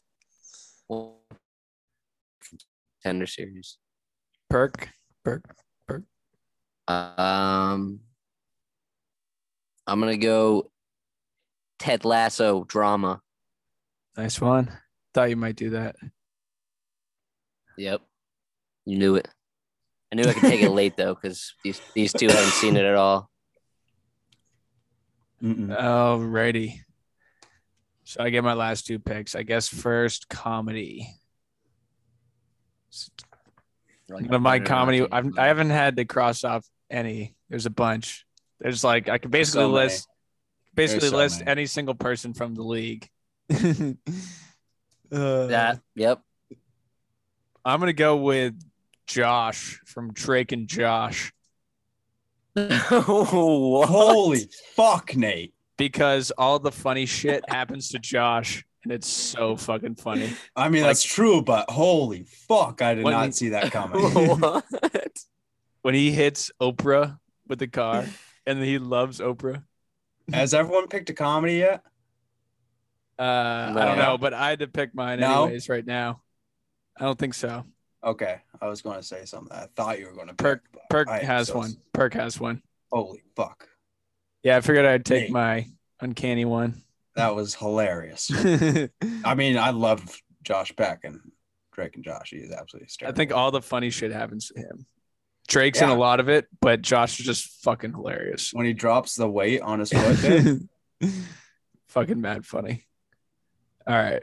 Tender series. Perk. Perk. Um, I'm gonna go Ted Lasso drama. Nice one. Thought you might do that. Yep, you knew it. I knew I could take it late though, because these these two haven't seen it at all. Mm-mm. Alrighty. So I get my last two picks. I guess first comedy. None of my comedy. I've, I haven't had to cross off any. There's a bunch. There's like I could basically so many. list basically so list many. any single person from the league. *laughs* Uh, Yeah. Yep. I'm gonna go with Josh from Drake and Josh Holy fuck, Nate. because all the funny shit happens to Josh and it's so fucking funny. I mean, Like- that's true, but holy fuck, I did When- not see *laughs* that coming. what? When he hits Oprah with the car and he loves Oprah. Has everyone picked a comedy yet? Uh, I don't know, but I had to pick mine No? anyways right now. I don't think so. Okay, I was going to say something. I thought you were going to Perk- pick, but Perk I am has so- one. Perk has one. Holy fuck, Yeah, I figured I'd take Nate. my *laughs* uncanny one. that was hilarious. I I mean, I love Josh Beck and Drake and Josh. He is absolutely hysterical. think all the funny shit happens to him. Drake's in Yeah. a lot of it, but Josh is just fucking hilarious. when he drops the weight on his *laughs* foot, dude, fucking mad funny. All right.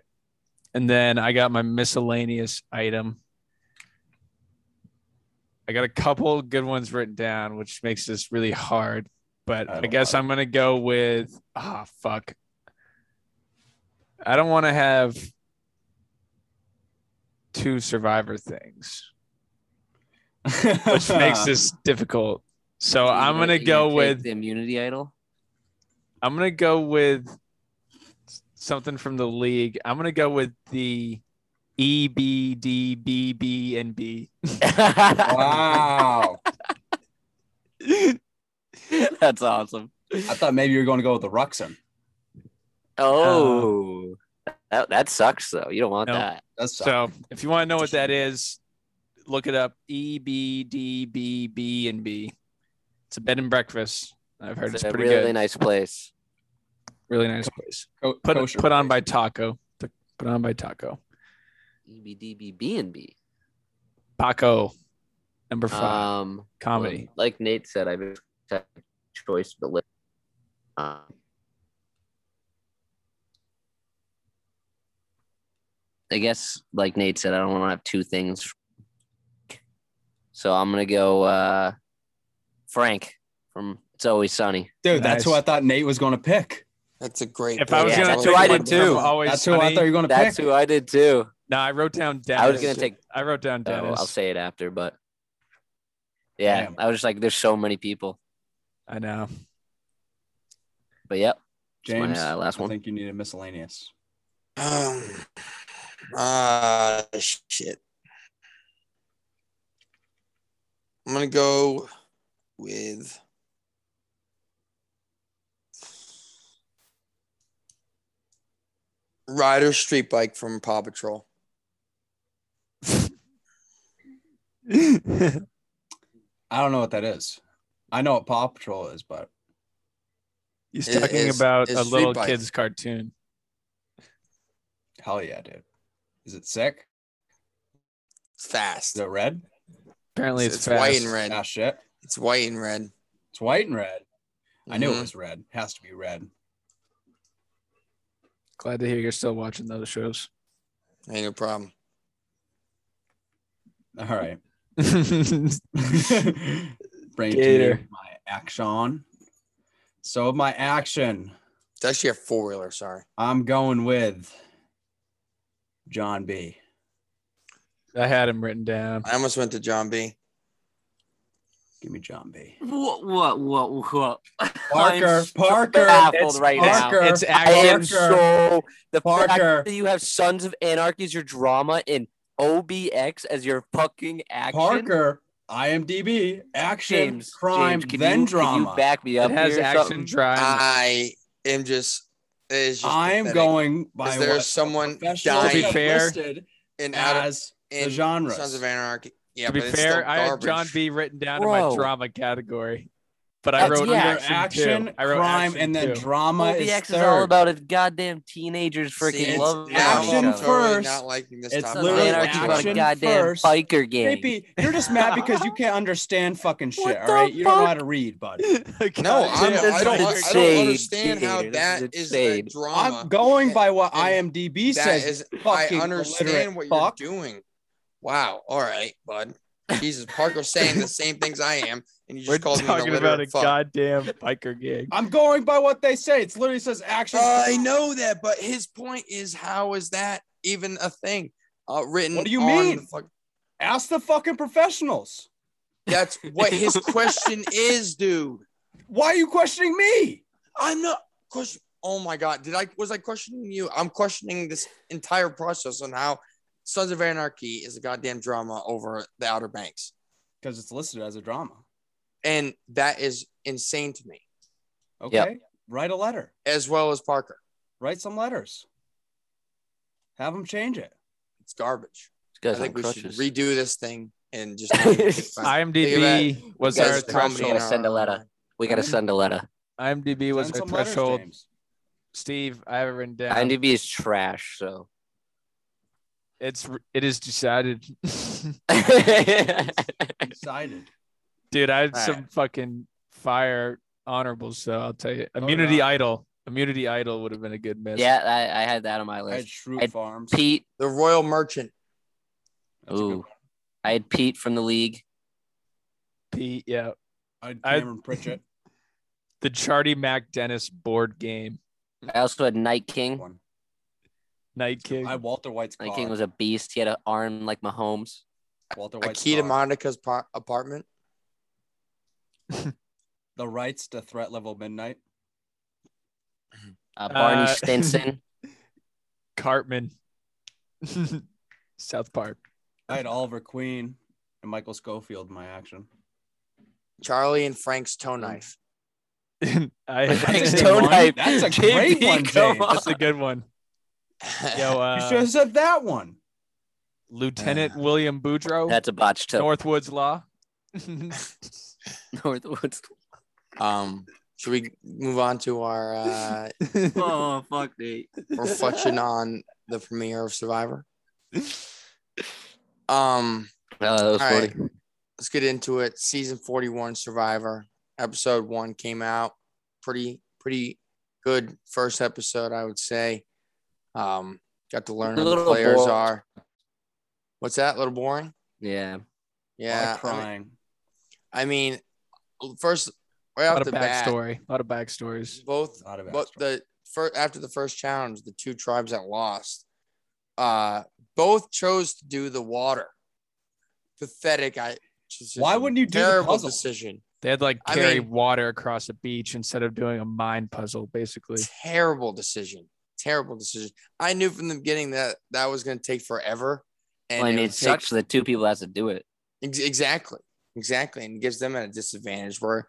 And then I got my miscellaneous item. I got a couple good ones written down, which makes this really hard. But I I, don't guess like I'm gonna go with ah fuck. I don't want to have two survivor things, *laughs* which *laughs* makes this difficult. So I'm gonna go with the immunity idol. I'm gonna go with s- something from the league. I'm gonna go with the E B D B B and B. wow. That's awesome. I thought maybe you were going to go with the Ruxin. Oh, that, that sucks though. You don't want No. that. That's So if you want to know what that is, look it up. E B D B B and B. It's a bed and breakfast. I've heard It's it's, a pretty really good. nice place. Really nice place. co- Put kosher. put on by Taco. T- Put on by Taco. EBDB E B and B. Paco, number five, Um, comedy. Well, like Nate said, I've had a choice of the list. Um, I guess, like Nate said, I don't want to have two things. So I'm gonna go uh, Frank from It's Always Sunny. Dude, that's who Nice. I thought Nate was going to pick. That's a great. If I was Yeah, gonna that's pick who I one did from too. Always That's who I Sunny- thought you were going to That's pick. who I did too. No, I wrote down Dennis. I was gonna take. I wrote down oh, Dennis. I'll say it after, but yeah, Damn. I was just like, there's so many people. I know. But yep, That's my, James, uh, last I one. think you need a miscellaneous. Um. *sighs* Ah, shit. I'm gonna go with. Rider Street Bike from Paw Patrol. *laughs* *laughs* I don't know what that is. I know what Paw Patrol is, but He's It- talking it's- about it's a Street little Bike. kid's cartoon. hell yeah, dude. Is it sick? It's fast. Is it red? Apparently, it's, It's white and fast. red. Ah, shit. It's white and red. It's white and red. I knew Mm-hmm. it Mhm. was red. Has to be red. *laughs* Glad to hear you're still watching those *laughs* shows. Ain't no problem. All *laughs* right. Gator. Brain Gator. teaser, my action. So my action, It's actually a four wheeler. Sorry. I'm going with John B. I had him written down. I almost went to John B. Give me John B. What? What? What? What? Parker, *laughs* I'm Parker, baffled right now. Parker, It's I am actually so the Parker. fact that you have Sons of Anarchy as your drama and OBX as your fucking action. Parker, IMDb, action, James, crime, James, can then you, drama. Can you back me up It has here or action something? drive. I am just. It's just I'm pathetic. going by Is there what someone professionals dying To be have fair, listed and out of as in the genres. Sons of Anarchy? Yeah, to be but it's fair, still I had garbage. John B written down in Bro. my drama category, but I That's- wrote yeah. Under action, action, too. I wrote crime, action and then too. drama is OBX is, third. all about it. Goddamn teenagers freaking See, loving now on action each I'm other. for- totally first. not liking this It's topic. Sons of literally Anarchy is about a action goddamn first. biker gang. JP, you're just mad because you can't understand fucking shit. *laughs* What all the right, you don't know fuck? how to read, bud. No, God I'm, damn. This I don't. is I don't insane, understand how Gator. This is that is a insane. drama. I'm going by what And- IMDb That says. is, I fucking illiterate understand what you're fuck. doing. Wow. All right, bud. Jesus, Parker's saying the same things I am, and you just We're called me an talking about a illiterate fuck. goddamn biker gang. I'm going by what they say. It's literally says action. I know that, but his point is, how is that even a thing? Uh, written. What do you on mean? the fuck- Ask the fucking professionals. That's what *laughs* his question is, dude. Why are you questioning me? I'm not question. Oh my god, did I was I questioning you? I'm questioning this entire process on how Sons of Anarchy is a goddamn drama over the Outer Banks, Because it's listed as a drama. and that is insane to me. Okay. Write a letter. As well as Parker, Write some letters. Have them change it. it's garbage. I This guy's on think we should crutches. redo this thing and *laughs* just. IMDb was Guys, our it's comedy threshold. Send a letter. We gotta send a letter. IMDb was Send our some letters, threshold. James. Steve, I have it written down. IMDb is trash, so It's it is decided. *laughs* Decided. Dude, I had All some fucking fire honorables, so I'll tell Oh, you. Immunity Idol. Immunity Idol would have been a good *laughs* miss. yeah, I, I had that on my I had list. Shroot I'd- Farms. Pete, The Royal Merchant. That's a good ooh, one. I had Pete from the league. Pete, yeah. I had I- Cameron Pritchett. The Charty Mac Dennis board game. I also had Night King. Oh One. Night King. I had Walter White's car. Night King was a beast. He had an arm like Mahomes. Walter A White's key to car. Monica's par- apartment. the rights to threat level midnight. Uh, Barney Uh, Stinson. Cartman. *laughs* South Park. *laughs* I had Oliver Queen and Michael Schofield in my action. Charlie and Frank's toe knife. I Frank's a good Toe one. Knife. That's a JP, great one, come James. on. That's a good *laughs* one. Yo, you uh, should have said that one. *sighs* Lieutenant William Boudreaux, That's a botch *laughs* too. Northwoods Law. *laughs* *laughs* Northwoods. um, should we move on to our uh, Oh fuck, Nate. reflection on the premiere of Survivor? Um, Oh, that was All funny. right. let's get into it. Season 41 Survivor, episode one came out. Pretty, pretty good first episode, I would say. Um, got to learn A who the little players boring. are. What's that? A little boring? Yeah. Yeah, Yeah. I mean- crying. I mean, first, right a off lot the of bat, backstory. A lot of backstories. both Not a bad but story. the first after the first challenge, the two tribes that lost, uh, both chose to do the water. Pathetic. I. decision. Why wouldn't you do the Terrible puzzle? decision. They had like I carry mean- water across a beach instead of doing a mind puzzle, basically. Terrible decision. Terrible decision. I knew from the beginning that that was going to take forever. And Well, I mean, it it would take- sucks that two people has to do it. *laughs* Ex- Exactly. Exactly. And it gives them a disadvantage where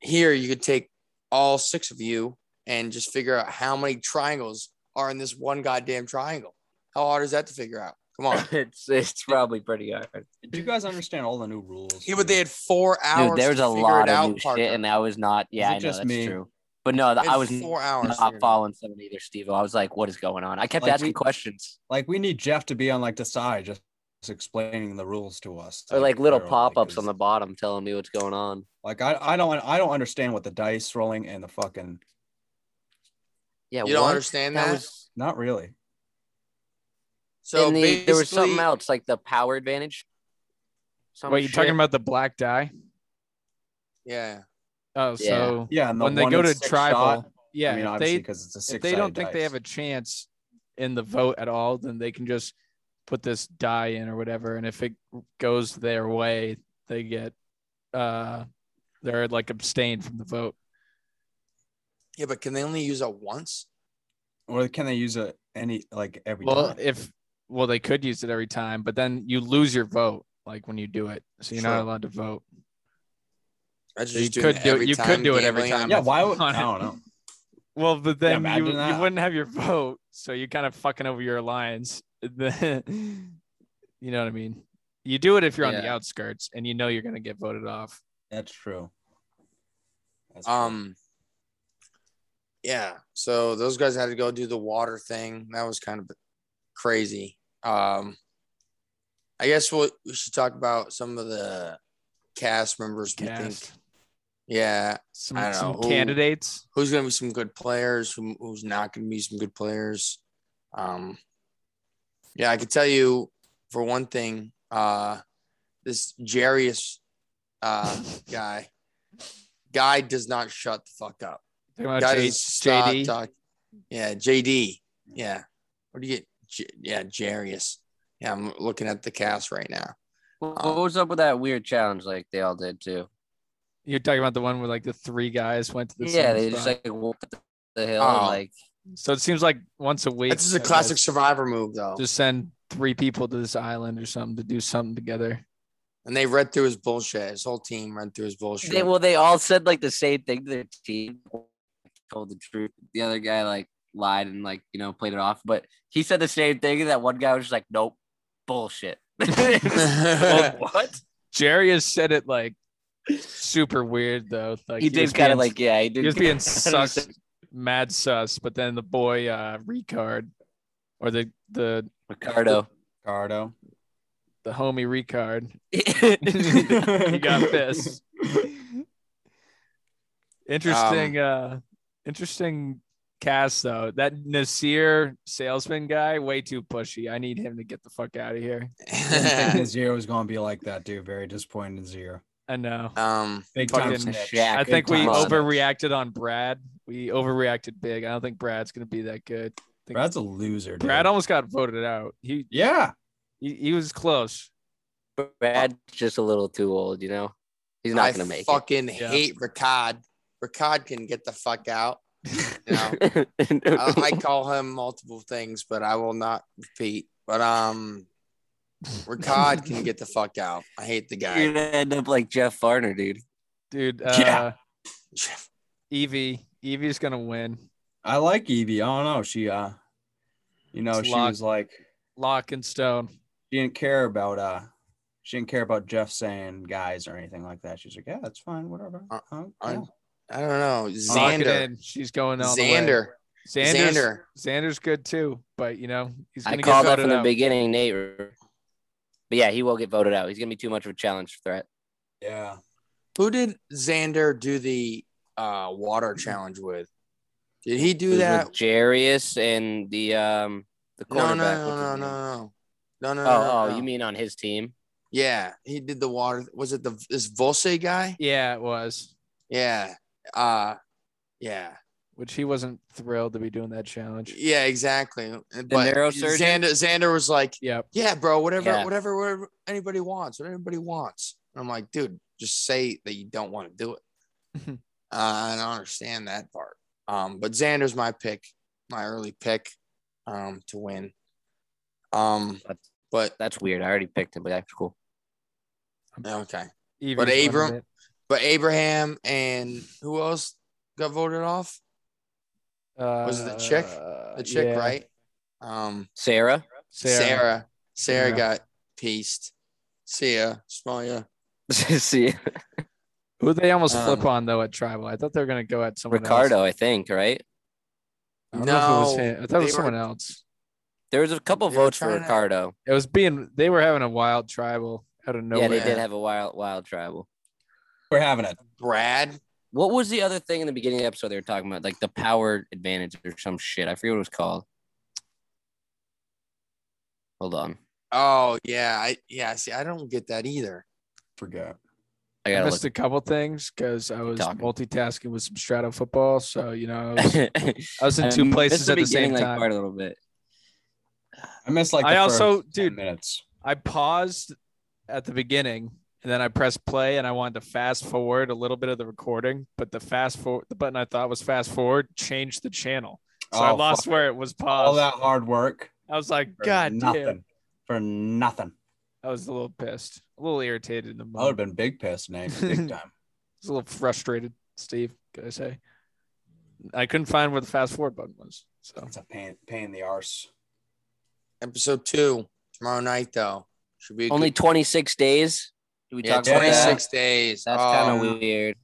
here you could take all six of you and just figure out how many triangles are in this one goddamn triangle. How hard is that to figure out? Come *laughs* on. it's it's probably pretty hard. Do you guys understand all the new rules? Yeah, but they had four hours. Dude, there's to a figure lot it of out, new Parker. shit, and that was not. Yeah, it I know just that's me? true. But no, We had I was four hours. not following someone either, Steve. I was like, what is going on? I kept Like, asking we- questions. Like we need Jeff to be on like the side, just just explaining the rules to us. Or like little they're all, pop ups is- on the bottom telling me what's going on. Like I, I don't I don't understand what the dice rolling and the fucking Yeah, You don't what? understand that? was not really. so in the, there was something basically- else like the power advantage. Some Wait, you talking shit. about the black die? Yeah. Oh, Yeah. so Yeah, and the when they one go and to six tribal, shot, yeah, I mean if obviously they because it's a if six. they don't think they have a chance in the vote at all, then they can just put this die in or whatever, and if it goes their way, they get uh they're like abstained from the vote. Yeah, but can they only use it once? or can they use a any like every Well, time? if well, they could use it every time, but then you lose your vote like when you do it, so you're not Sure. allowed to vote. I just You doing could it do it- every you could time, do it every gambling time. on yeah, it. why would on I it. don't know. Well, but then imagine you, you that. wouldn't have your vote, so you kind of fucking over your *laughs* alliance. Then- you know what I mean? You do it if you're on the Yeah. outskirts and you know you're gonna get voted off. That's true. That's true. Um. Yeah. So those guys had to go do the water thing. That was kind of crazy. Um. I guess we'll, we should talk about some of the cast members. We think. Cast Yeah. I some, don't some know who- candidates. Who's going to be some good players? Who, who's not going to be some good players? Um. Yeah, I could tell you for one thing. Uh, this Jarius, uh, guy, guy does not shut the fuck up. Talking about Gotta Oh, J- stop JD. talk- Yeah, JD. Yeah. What do you get? J- yeah, Jarius. Yeah, I'm looking at the cast right now. what was up with that weird challenge like they all did too? You're talking about the one where like the three guys went to the Yeah, same they just spot. like walked up the hill Oh. and like so it seems like once a week. This is a that classic guy's- survivor move, though. Just send three people to this island or something to do something together. And they read through his bullshit. His whole team read through his bullshit. They, well, they all said like the same thing to their team. Told the truth. The other guy like lied and like you know played it off, but he said the same thing. And that one guy was just like, "Nope, bullshit." *laughs* *laughs* Well, what? Jerry has said it like super weird though. Like he was did kind of being- like, yeah, he he did. was being kinda sus, mad sus. But then the boy uh Ricard, or the the Ricardo. Ricardo. the homie Ricard, *laughs* he got pissed. Interesting, uh interesting cast though. That Nasir salesman guy, way too pushy. I need him to get the fuck out of here. *laughs* Zero is gonna be like that, dude. Very disappointed in Zero. I know. *laughs* *laughs* um, Big time Fucking snitch. Shaq. I big think we time snitch. overreacted on Brad. We overreacted big. I don't think Brad's gonna be that good. I think Brad's a loser. Dude. Brad almost got voted out. He yeah. he, he was close. Brad's just a little too old, you know. He's not I gonna make fucking Yeah. hate Ricard. Ricard can get the fuck out. You *laughs* know, it. I, I call him multiple things, but I will not repeat. But um, Ricard can get the fuck out. I hate the You're guy. gonna end up like Jeff Farner, dude. Dude, uh Yeah. Evie. Evie's gonna win. I like Evie. I don't know. She uh you know, It's she locked. was like Lock and stone. she didn't care about uh she didn't care about Jeff saying guys or anything like that. She's like, Yeah, it's fine, whatever. Uh, Huh? I- Yeah. I don't know. Lock it Xander. in. She's going all the way. Xander. Xander's, Xander. Xander's good too, but you know he's I gonna called that get voted from the out. beginning, Nate. But yeah, he will get voted out. He's gonna be too much of a challenge threat. Yeah. Who did Xander do the uh, water challenge with? Did he It do was that? with Jarius and the um the No, no, quarterback. no, what's no, no, his name? no, no, no, no. Oh, no, oh, no. you mean on his team? yeah? He did the water. Was it the this Volse guy? Yeah, it was. Yeah. Uh, yeah. Which he wasn't thrilled to be doing that challenge. Yeah, exactly. But neurosurgeon? Xander, Xander was like, Yep. "Yeah, bro, whatever, Yeah. whatever, whatever anybody wants, what anybody wants." And I'm like, "Dude, just say that you don't want to do it." uh, I don't understand that part. Um, but Xander's my pick, my early pick, um, to win. Um, That's- but That's weird. I already picked him, but that's cool. okay, Evie's But winning Abram- it. but Abraham and who else got voted off? Was it the chick? Uh, The chick, yeah. right? Um, *laughs* Sarah. Sarah, Sarah, Sarah. got pieced. See ya, smell ya. See, Who they almost flip Um, on though at tribal? I thought they were gonna go at someone Ricardo, Else. I think, right? I don't know if it was No, him. I thought it they was were- someone else. There was a couple They were votes for trying to- Ricardo. It was being they were having a wild tribal out of yeah, nowhere. they did way. have a wild wild tribal. We're having a Brad. What was the other thing in the beginning of the episode they were talking about? Like the power advantage or some shit. I forget what it was called. Hold on. Oh yeah, I yeah. See, I don't get that either. forget. I I gotta missed a couple things because I was talking. multitasking with some strato football. So you know, I was, *laughs* look. I was in two *laughs* I places missed at the same beginning, like, time. Part a little bit. I missed like the I also- first 10 dude. minutes. I paused at the beginning and then I pressed play and I wanted to fast forward a little bit of the recording, but the fast forward the button I thought was fast forward changed the channel. So I Oh, lost fuck. where it was all paused. that hard work. I was like, for God nothing. damn. For nothing. I was a little pissed, a little irritated in the I would have moment. been big pissed, Nate, *laughs* big time. I was a little frustrated, Steve, could I say. I couldn't find where the fast forward button was. So It's a pain, pain in the arse. Episode two tomorrow night though should be a Only good- 26 days. Do we yeah, talk about twenty that? six days. That's Oh, kind of weird.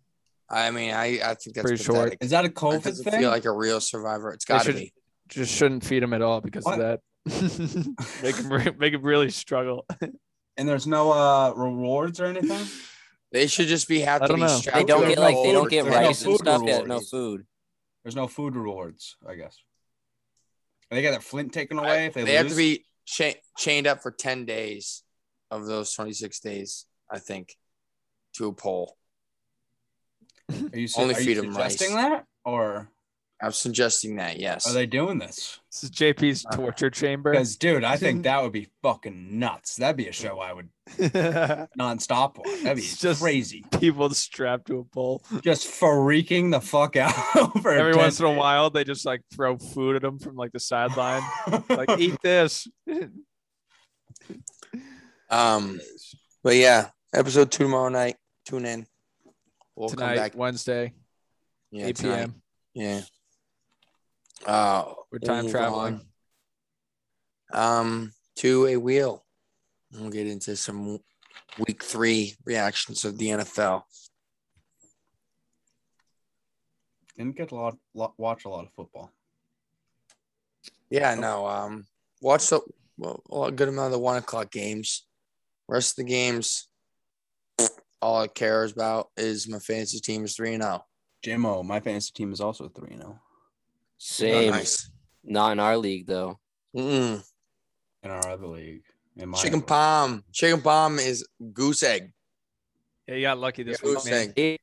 I mean, I I think that's Pretty pretty short. pathetic. Is that a COVID It doesn't thing? feel like a real survivor. It's got to should- be. just shouldn't feed him at all because What? of that. *laughs* make him re- make him really struggle. *laughs* and there's no uh, rewards or *laughs* anything. They should just be have I to don't be know. strapped They don't to get a like they pole don't or get There's no rice and food stuff yet. rewards. No food. There's no food rewards, I guess. They got their flint taken I- away if they, They have lose. to be cha- chained up for 10 days of those 26 days, I think, to a pole. Are you, su- only are you feed 'em rice. suggesting that, or I'm suggesting that, yes. are they doing this? This is JP's Uh, torture chamber. Because, dude, I *laughs* think that would be fucking nuts. That'd be a show I would nonstop watch. That'd be It's just- crazy. *laughs* people strapped to a pole. Just freaking the fuck out *laughs* for Every 10 once in a while, they just like throw food at them from like *laughs* the sideline. *laughs* like, eat this. um, but yeah, episode two tomorrow night. Tune in. We'll tonight, come back. Wednesday, Yeah, 8 tonight. p.m. Yeah. Uh, We're we'll time move traveling. on, Um, to a wheel. We'll get into some week three reactions of the NFL. Didn't get a lot, lot watch a lot of football. Yeah, no. Um, watch the well, a good amount of the one o'clock games. Rest of the games, all I cares about is my fantasy team is three and oh. zero. JMO, my fantasy team is also three oh. zero Same. nice. Not in our league though. Mm-mm. in our other league. In my Chicken other- palm. Chicken palm is goose egg. Yeah, you got lucky this week, Goose man. egg.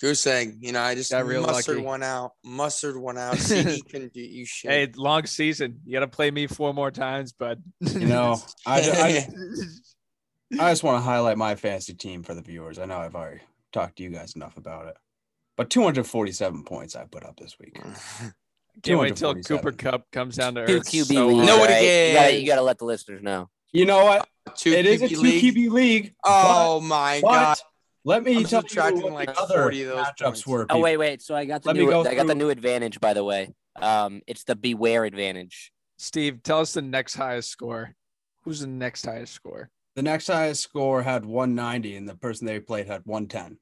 Goose egg. You know, I just Got real mustard lucky. one out. Mustard one *laughs* out. CD can do you shit. Hey, long season. You got to play me four more times, bud. You *laughs* know, *laughs* I, I, I just want to highlight my fantasy team for the viewers. I know I've already talked to you guys enough about it, but 247 points I put up this week. Can't wait till Cooper 247. Cup comes down to Two earth. QB so league. hard. Nobody right? You gotta- cares. You gotta let the listeners know. You know what? *laughs* Two it is a QB two league. QB league. Oh my but, but god. let me I'm tell you subtracting what like the other 40 of those matchups points. were. Oh people. wait, wait. So I got the Let me new go I got the through- new advantage by the way. Um, it's the beware advantage. Steve, tell us the next highest score. Who's the next highest score? The next highest score had 190, and the person they played had 110.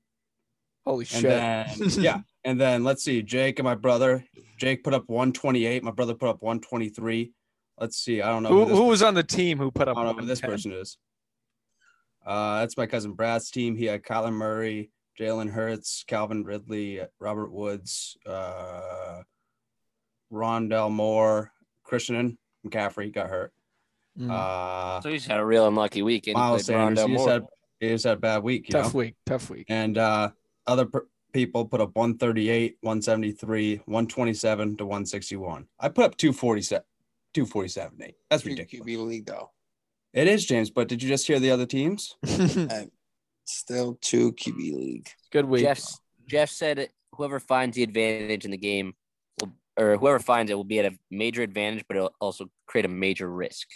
Holy And shit. *laughs* then yeah, and then let's see, Jake and my brother. Jake put up 128. My brother put up 123. Let's see. I don't know. who, this who was on the team who put up I don't know who this 110? person is. Uh, that's my cousin Brad's team. He had Kyler Murray, Jalen Hurts, Calvin Ridley, Robert Woods, uh, Rondell Moore, Christian McCaffrey got hurt. Mm. Uh, So he's had a real unlucky week. and he Miles played Sanders. Rondell He just, Moore. had, he just had a bad week. You tough know? week. Tough week. *laughs* And uh, other per- people put up 138, 173, 127 to 161. I put up 247, 247, Nate. That's Two ridiculous. QB league though. It is, James, but did you just hear the other teams? Still two QB league. Good week. Jeff Jeff said it- whoever finds the advantage in the game will, or whoever finds it will be at a major advantage, but it'll also create a major risk.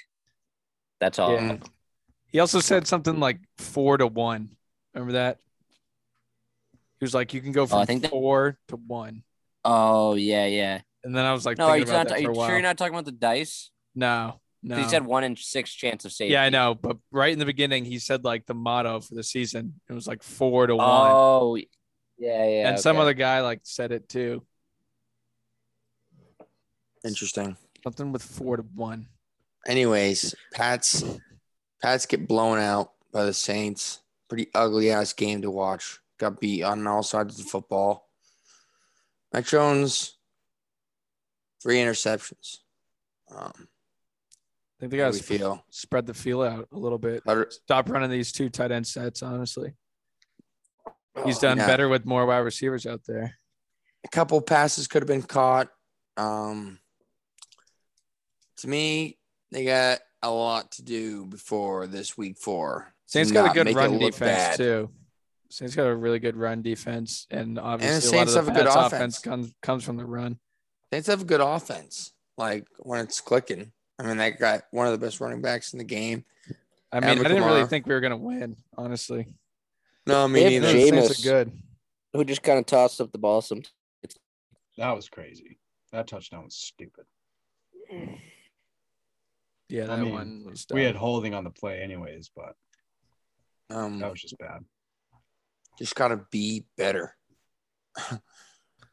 That's Um, all. Yeah. He also said something like four to one. Remember that? He was like, you can go from Oh, I think that- four to one. Oh yeah, yeah. And then I was like, No, are you, thinking about not, that are for you a while. sure you're not talking about the dice? no, No. He said one in six chance of safety. yeah, I know. But right in the beginning, he said like the motto for the season. It was like four to one. Oh, yeah, yeah. and some okay. other guy like said it too. Interesting. Something with four to one. Anyways, Pats Pats get blown out by the Saints. Pretty ugly ass game to watch. Got beat on all sides of the football. Mac Jones, three interceptions. Um, I think they how got do we to feel? spread the feel out a little bit. How do- Stop running these two tight end sets. Honestly, he's done Oh, Yeah. better with more wide receivers out there. a couple passes could have been caught. Um, to me, they got a lot to do before this week four. to Saints got a not good make it run look defense bad. too. Saints got a really good run defense, and obviously Saints have a lot of a the good Pats offense. offense comes comes from the run. Saints have a good offense. Like when it's clicking. I mean, that got one of the best running backs in the game. I mean, Alvin I didn't really Kamara. think we were gonna win, honestly. No, They me have The neither. James- Saints Jameis. are good. Who just kind of tossed up the ball some. That was crazy. That touchdown was stupid. Yeah, that I mean, one was We dumb. had holding on the play, anyways, but that Um, was just bad. just gotta be better. *laughs* do,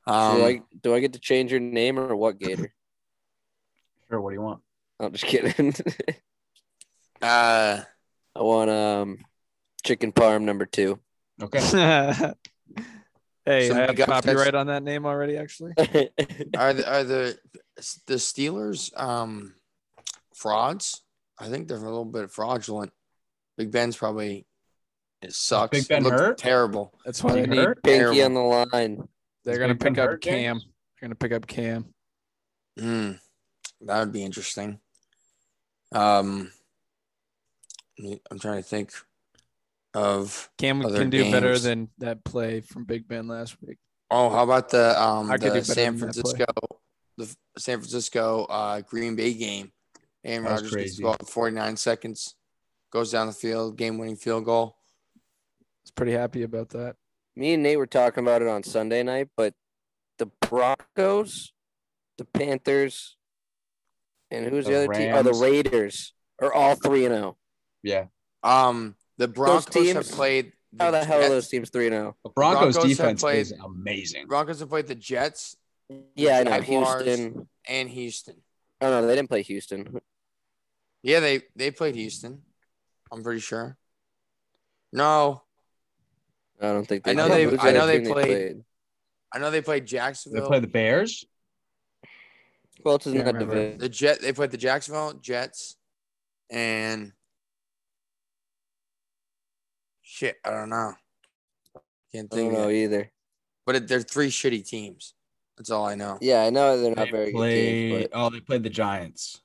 um, I, do I get to change your name or what, Gator? *laughs* Sure, what do you want? I'm just kidding. *laughs* uh, I want um chicken parm number two. *laughs* Okay. *laughs* hey, So you I have guys- copyright on that name already. Actually, are the are the the Steelers um frauds? I think they're a little bit fraudulent. Big Ben's probably it sucks. Big Ben It looked hurt? Terrible. that's why they He need. hurt? Pinky on the *laughs* line. They're Is gonna Big Ben pick up hurt, James? Cam. They're gonna pick up Cam. Hmm. that would be interesting. Um, I'm trying to think of. Cam Other can do better games. than that play from Big Ben last week. Oh, how about the um I could do the better San than that play. Francisco, the San Francisco uh Green Bay game? Aaron That was Rodgers gets crazy. the ball in 49 seconds, goes down the field, game-winning field goal. I was pretty happy about that. Me and Nate were talking about it on Sunday night, but the Broncos, the Panthers, and who's the, The other team? Oh, the Rams. Raiders are all three and oh. zero. Yeah. Um, the Broncos have teams- played. The How the hell are Jets- those teams three and oh? zero? The Broncos, Broncos have defense played- is amazing. Broncos have played the Jets Yeah, I know. Jaguars. Houston. and Houston. Oh no, they didn't play Houston. Yeah, they they played Houston. I'm pretty sure. No, I don't think. They I know did. they- Who's the I know other they team played- I know they played Jacksonville. They play the Bears. Who else is in Can't that remember. division? the Jet. They played the Jacksonville Jets, and shit, I don't know. Can't I don't think. Of know it. either. But it, they're three shitty teams. That's all I know. Yeah, I know they're They not very good play. teams, but Oh, they played the Giants.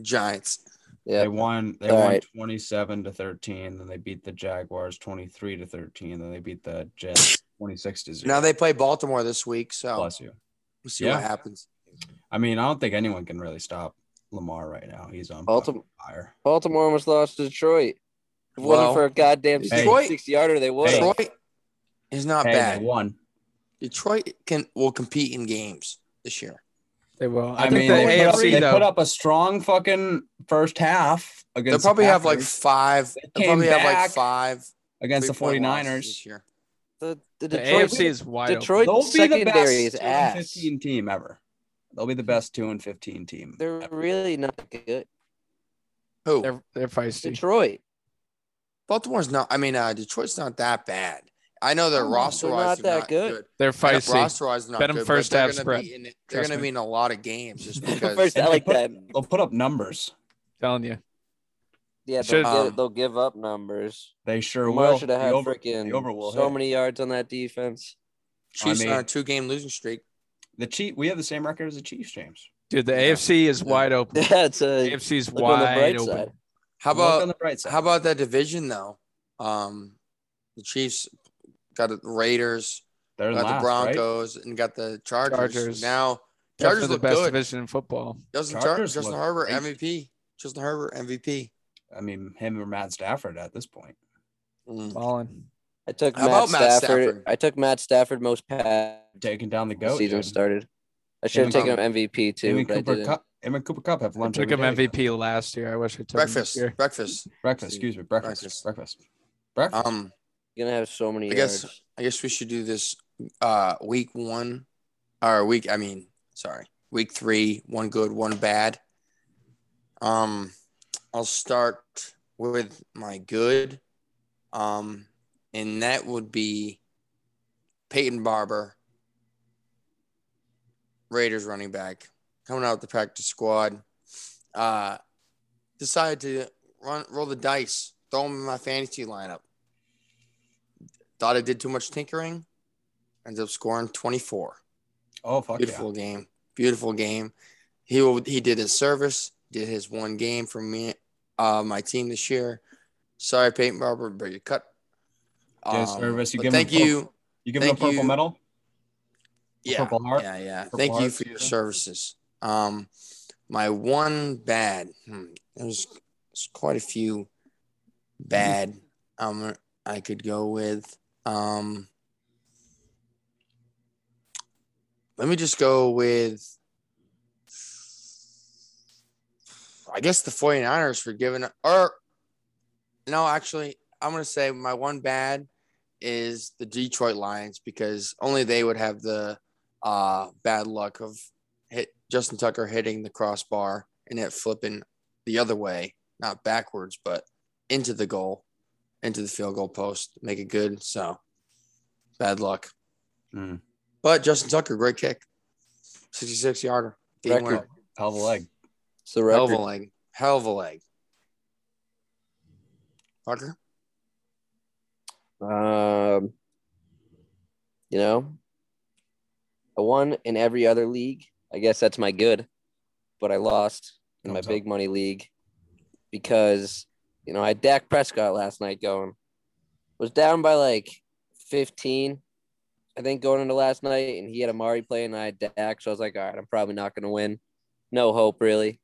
Giants. yeah, They won. They All won right. twenty-seven to thirteen. Then they beat the Jaguars twenty-three to thirteen. Then they beat the Jets twenty-six to zero. Now they play Baltimore this week, so bless you. we'll see Yeah. what happens. I mean, I don't think anyone can really stop Lamar right now. He's on Baltimore. fucking fire. Baltimore almost lost to Detroit. If it Well, wasn't for a goddamn Detroit- six yarder, they would have. Detroit is not Hey, bad. they won. Detroit can will compete in games this year. They will. I, I, think mean, the they, put up, AFC they though. put up a strong fucking first half They'll against. probably the have like Packers, five. They They'll came probably have like back five against the three-point losses 49ers. this year. The, the the Detroit, AFC is wide open. Detroit They'll be the best secondary is two and ass. fifteen team ever. They'll be the best two and fifteen team. They're ever. really not good. Who? They're they're feisty. Detroit. *laughs* Baltimore's not. I mean, uh, Detroit's not that bad. I know their No, roster they're wise not that good. They're I know feisty. Roster wise, not Bet 'em good. first but they're half gonna spread. Be in, they're Trust going to me. be in a lot of games just because. *laughs* First, I And they like put- that. They'll put up numbers. telling you. Yeah, Should- they'll, gi- Um, they'll give up numbers. They sure Lamar will. should The have had over- freaking the over will so hit. many yards on that defense. Chiefs I are on a mean- two game losing streak. The Chief. We have the same record as the Chiefs, James. Dude, the Yeah. AFC is Yeah. wide open. Yeah, it's The a AFC is look on the wide bright open. side. How Look on about the bright side? how about that division though? Um, the Chiefs got the Raiders, They're got last, the Broncos, and got the Chargers. Chargers. Now Chargers Chargers the look best good. division in football. Justin, Char- Chargers Justin look Herbert great. MVP. Justin Herbert MVP. right? I mean, him or Matt Stafford at this point. Mm. Fallen. I took How Matt, about Matt Stafford. Stafford? I took Matt Stafford most pass Taking down the the goat. season dude. started. I should have Even- taken him MVP too, Even but I Cooper didn't. Cup. Him and Cooper Cup have lunch. took every him day. MVP last year. I wish I took him this breakfast. year. Breakfast. Breakfast, excuse me. Breakfast. Breakfast. Breakfast. Breakfast. Um, You're gonna have so many. I guess- yards. I guess we should do this uh week one or week I mean, sorry. Week three, one good, one bad. Um I'll start with my good. Um and that would be Peyton Barber, Raiders running back, coming out the practice squad. Uh decided to run roll the dice, throw him in my fantasy lineup thought I did too much tinkering. Ends up scoring 24. oh fuck yeah. Beautiful game. Beautiful game. He will, he did his service, did his one game for me, uh, my team this year. Sorry, Peyton Barber, but you cut. Um, Did his service. You but give him thank a purple- you. You give him a Thank purple you. medal. Yeah, Purple Heart? yeah, yeah. Purple Thank you Heart for your season? services. Um, my one bad. Hmm, there's, there's quite a few bad. Um, I could go with. Um, let me just go with. I guess the 49ers for giving or no, actually, I'm gonna say my one bad is the Detroit Lions because only they would have the uh, bad luck of hit Justin Tucker hitting the crossbar and it flipping the other way, not backwards, but into the goal, into the field goal post, make it good. So bad luck. Mm. But Justin Tucker, great kick, 66 yarder, game winner, Record. Hell of a *laughs* leg. It's the hell of record. a leg, hell of a leg. Tucker, Um, you know, I won in every other league. I guess that's my good, but I lost in my Thumbs up. big money league because you know I had Dak Prescott last night going was down by like fifteen, I think going into last night, and he had Amari playing. And I had Dak, so I was like, all right, I'm probably not going to win. No hope really.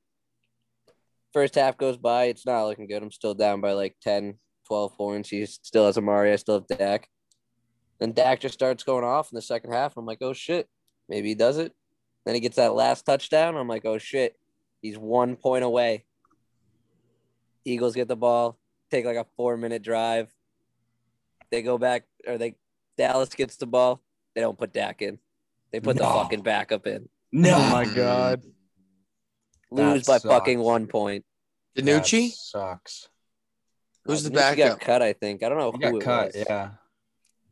First half goes by, it's not looking good. I'm still down by like 10, 12 points. He still has Amari. I still have Dak. Then Dak just starts going off in the second half. I'm like, oh shit, maybe he does it. Then he gets that last touchdown. I'm like, oh shit, he's one point away. Eagles get the ball, take like a four minute drive. They go back, or they Dallas gets the ball. They don't put Dak in. They put the No. fucking backup in. Oh No. *laughs* my god. That Lose by sucks. fucking one point. Danucci, That sucks. who's the Danucci backup? Got cut, I think. I don't know He who got it cut. was. Yeah.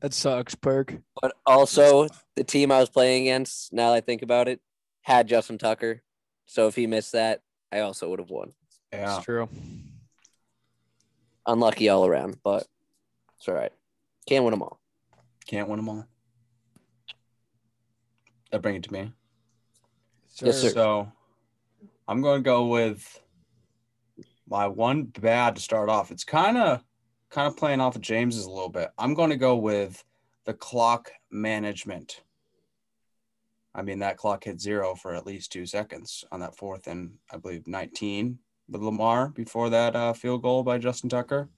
That sucks, Perk. But also, the team I was playing against, now that I think about it, had Justin Tucker. So if he missed that, I also would have won. Yeah. It's true. Unlucky all around, but it's all right. Can't win them all. Can't win them all. That bring it to me. Yes, sir. So I'm going to go with my one bad to start off. It's kind of kind of playing off of James's a little bit. I'm going to go with the clock management. I mean, that clock hit zero for at least two seconds on that fourth and I believe 19 with Lamar before that uh, field goal by Justin Tucker.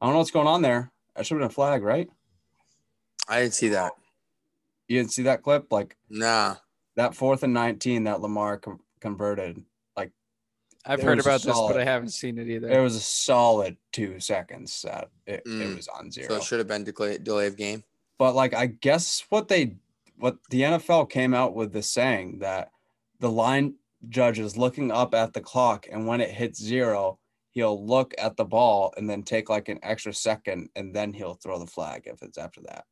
I don't know what's going on there. That should have been a flag, right? I didn't see that. You didn't see that clip? Like, Nah. that fourth and 19 that Lamar com- converted, I've It heard was a about this, but solid. I haven't seen it either. it was a solid two seconds that it, it Mm. was on So zero. it should have been delay, delay of game. But like, I guess what they, what the NFL came out with this saying that the line judge is looking up at the clock and when it hits zero, he'll look at the ball and then take like an extra second and then he'll throw the flag if it's after that.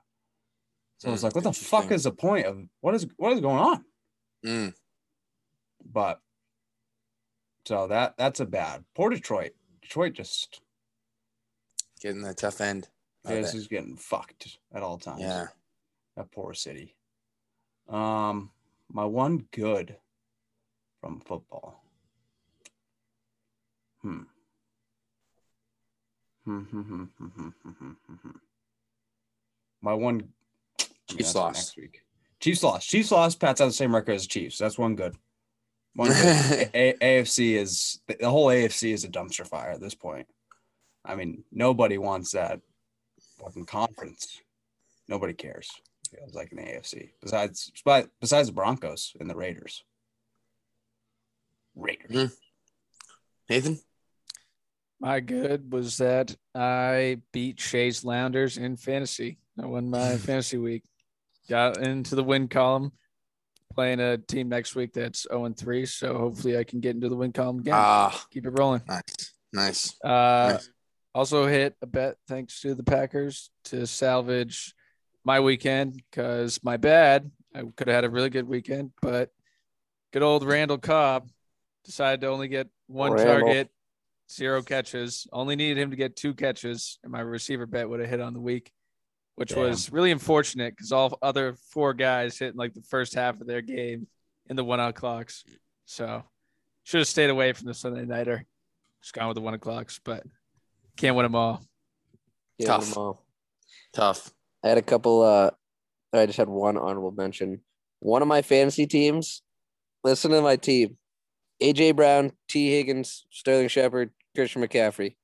So I was Mm, like, what the fuck interesting. is the point of what is what is going on? Mm. but so that that's a bad poor Detroit. Detroit just Getting the tough end. of it. is getting fucked at all times. Yeah. that poor city. Um, my one good from football. Hmm. Hmm, hmm, hmm, hmm, hmm, hmm, hmm, hmm, hmm. my one. I mean, Chiefs that's for lost. next week. Chiefs lost. Chiefs lost. Pats have the same record as Chiefs. That's one good. One *laughs* good. A- A- AFC is the whole AFC is a dumpster fire at this point. I mean, nobody wants that fucking conference. Nobody cares. It feels like in the AFC. Besides, besides the Broncos and the Raiders. Raiders. Nathan? My good was that I beat Shays Lounders in fantasy. I won my fantasy week. Got into the win column. Playing a team next week that's 0 and 3. So hopefully I can get into the win column again. Ah, Keep it rolling. nice. Nice. Uh, Nice. also hit a bet thanks to the Packers to salvage my weekend because my bad. I could have had a really good weekend, but good old Randall Cobb decided to only get one Randall. target, zero catches. Only needed him to get two catches, and my receiver bet would have hit on the week, which was really unfortunate because all other four guys hit in like the first half of their game in the one out clocks. So should have stayed away from the Sunday nighter. Just gone with the one o'clocks, but can't win them all. Give Tough. them all. Tough. I had a couple. Uh, I just had one honorable mention. One of my fantasy teams. Listen to my team: AJ Brown, T. Higgins, Sterling Shepard, Christian McCaffrey.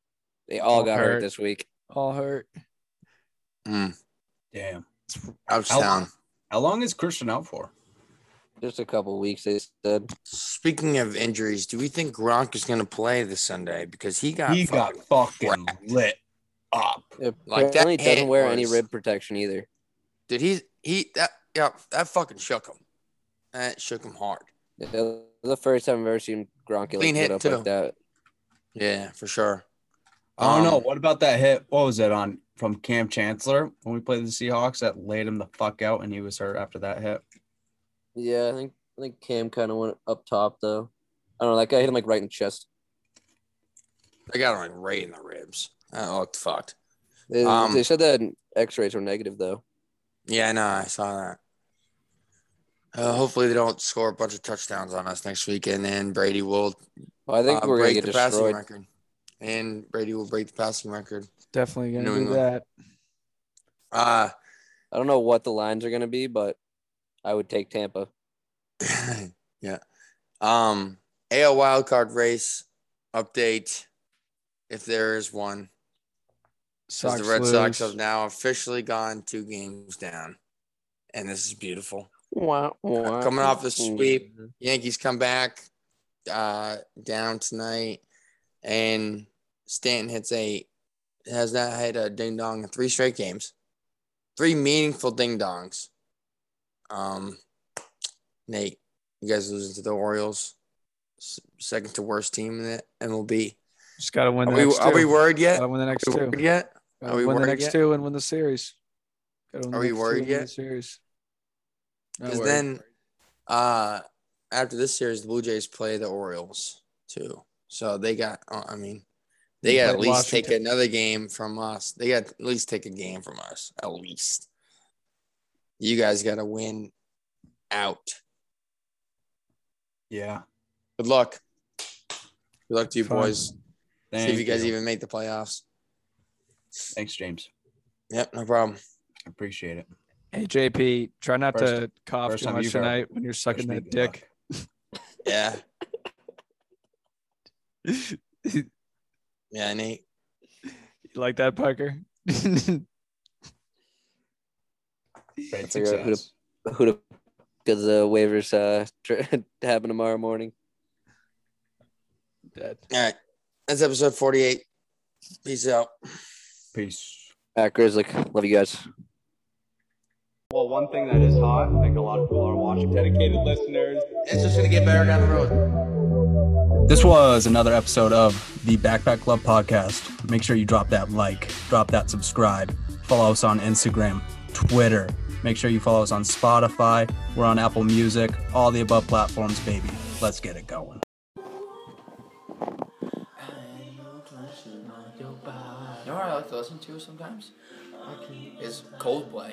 They all All got hurt. hurt. this week. All hurt. Mm. Damn. Ouch Out. down. How long is Christian out for? Just a couple weeks. They said Speaking of injuries, do we think Gronk is going to play this Sunday? Because he got he got fucking- fucking lit up. Like, that apparently doesn't hit wear any was- rib protection either. Did he? He that yeah that fucking shook him. That shook him hard. The the first time I've ever seen Gronk get like, Clean lit hit, up too. like that. Yeah, for sure. I Oh, don't know. Um, What about that hit? What was it on from Cam Chancellor when we played the Seahawks that laid him the fuck out and he was hurt after that hit? Yeah, I think I think Cam kind of went up top though. I don't know. That guy hit him like right in the chest. They got him like right in the ribs. That looked fucked. They, Um, they said that X-rays were negative though. Yeah, I know. I saw that. Uh, hopefully they don't score a bunch of touchdowns on us next week, and then Brady will Well, I think uh, we're gonna break get the passing destroyed. record. And Brady will break the passing record. Definitely gonna New do England. that. Uh *laughs* I don't know what the lines are gonna be, but I would take Tampa. yeah. Um AL wildcard race update if there is one. 'Cause Sox the Red lose. Sox have now officially gone two games down. And this is beautiful. Wow, Coming off the sweep. Mm-hmm. Yankees come back uh down tonight and Stanton hits a has not had a ding dong in three straight games. Three meaningful ding dongs. Um Nate, you guys losing to the Orioles. S- second to worst team in the MLB. Just gotta win. Are The we, next are two. we worried yet? Gotta win the next Are we two. worried yet? Gotta are we win the worried next yet? two and win the series. Gotta win the Are we next two worried and win the yet? Series. Not Because worried. then, uh, after this series, the Blue Jays play the Orioles too. So they got, uh, I mean, they They got at played least take Washington. another game from us. They got at least take a game from us, at least. You guys got to win out. Yeah. Good luck. Good luck to you Fine. boys. See if Thank you guys you. even make the playoffs. Thanks, James. Yep, no problem. I appreciate it. Hey JP, try not First- to cough first too time much you've ever- tonight when you're sucking Wish me that good dick. luck. Yeah. *laughs* Yeah, Nate. You like that, Parker? *laughs* Great figure out who to- success. Who the because the waivers uh *laughs* tr- happen tomorrow morning. Dead. All right. That's episode 48. Peace out. Peace. At Grizzly, love you guys. Well, one thing that is hot, I think a lot of people are watching. Dedicated listeners. It's just going to get better down the road. This was another episode of the Backpack Club podcast. Make sure you drop that like, drop that subscribe, follow us on Instagram, Twitter. Make sure you follow us on Spotify. We're on Apple Music, all the above platforms, baby. Let's get it going. You know what I like to listen to sometimes? Is Coldplay.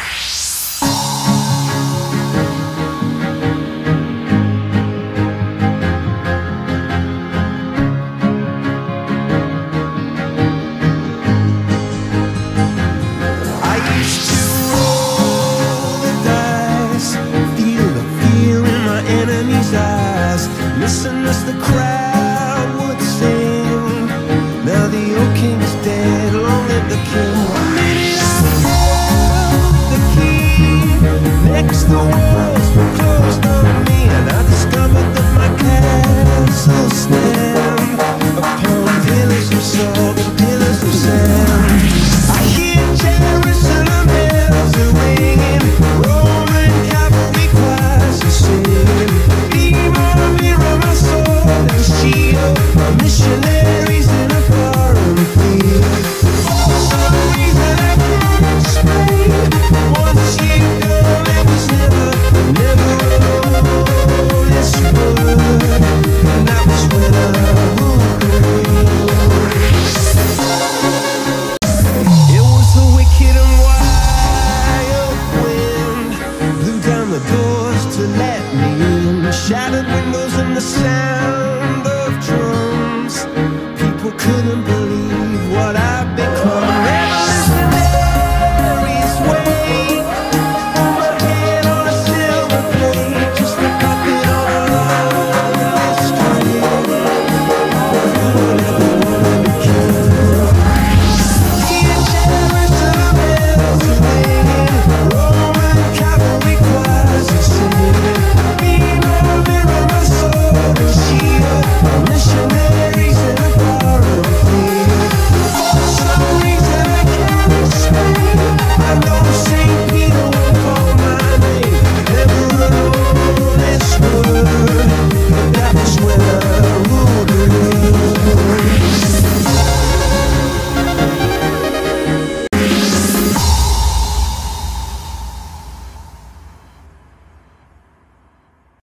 I used to roll the dice, feel the fear in my enemy's eyes, missing as the crowd would sing. Now the old king is dead, long live the king. One minute I couldn't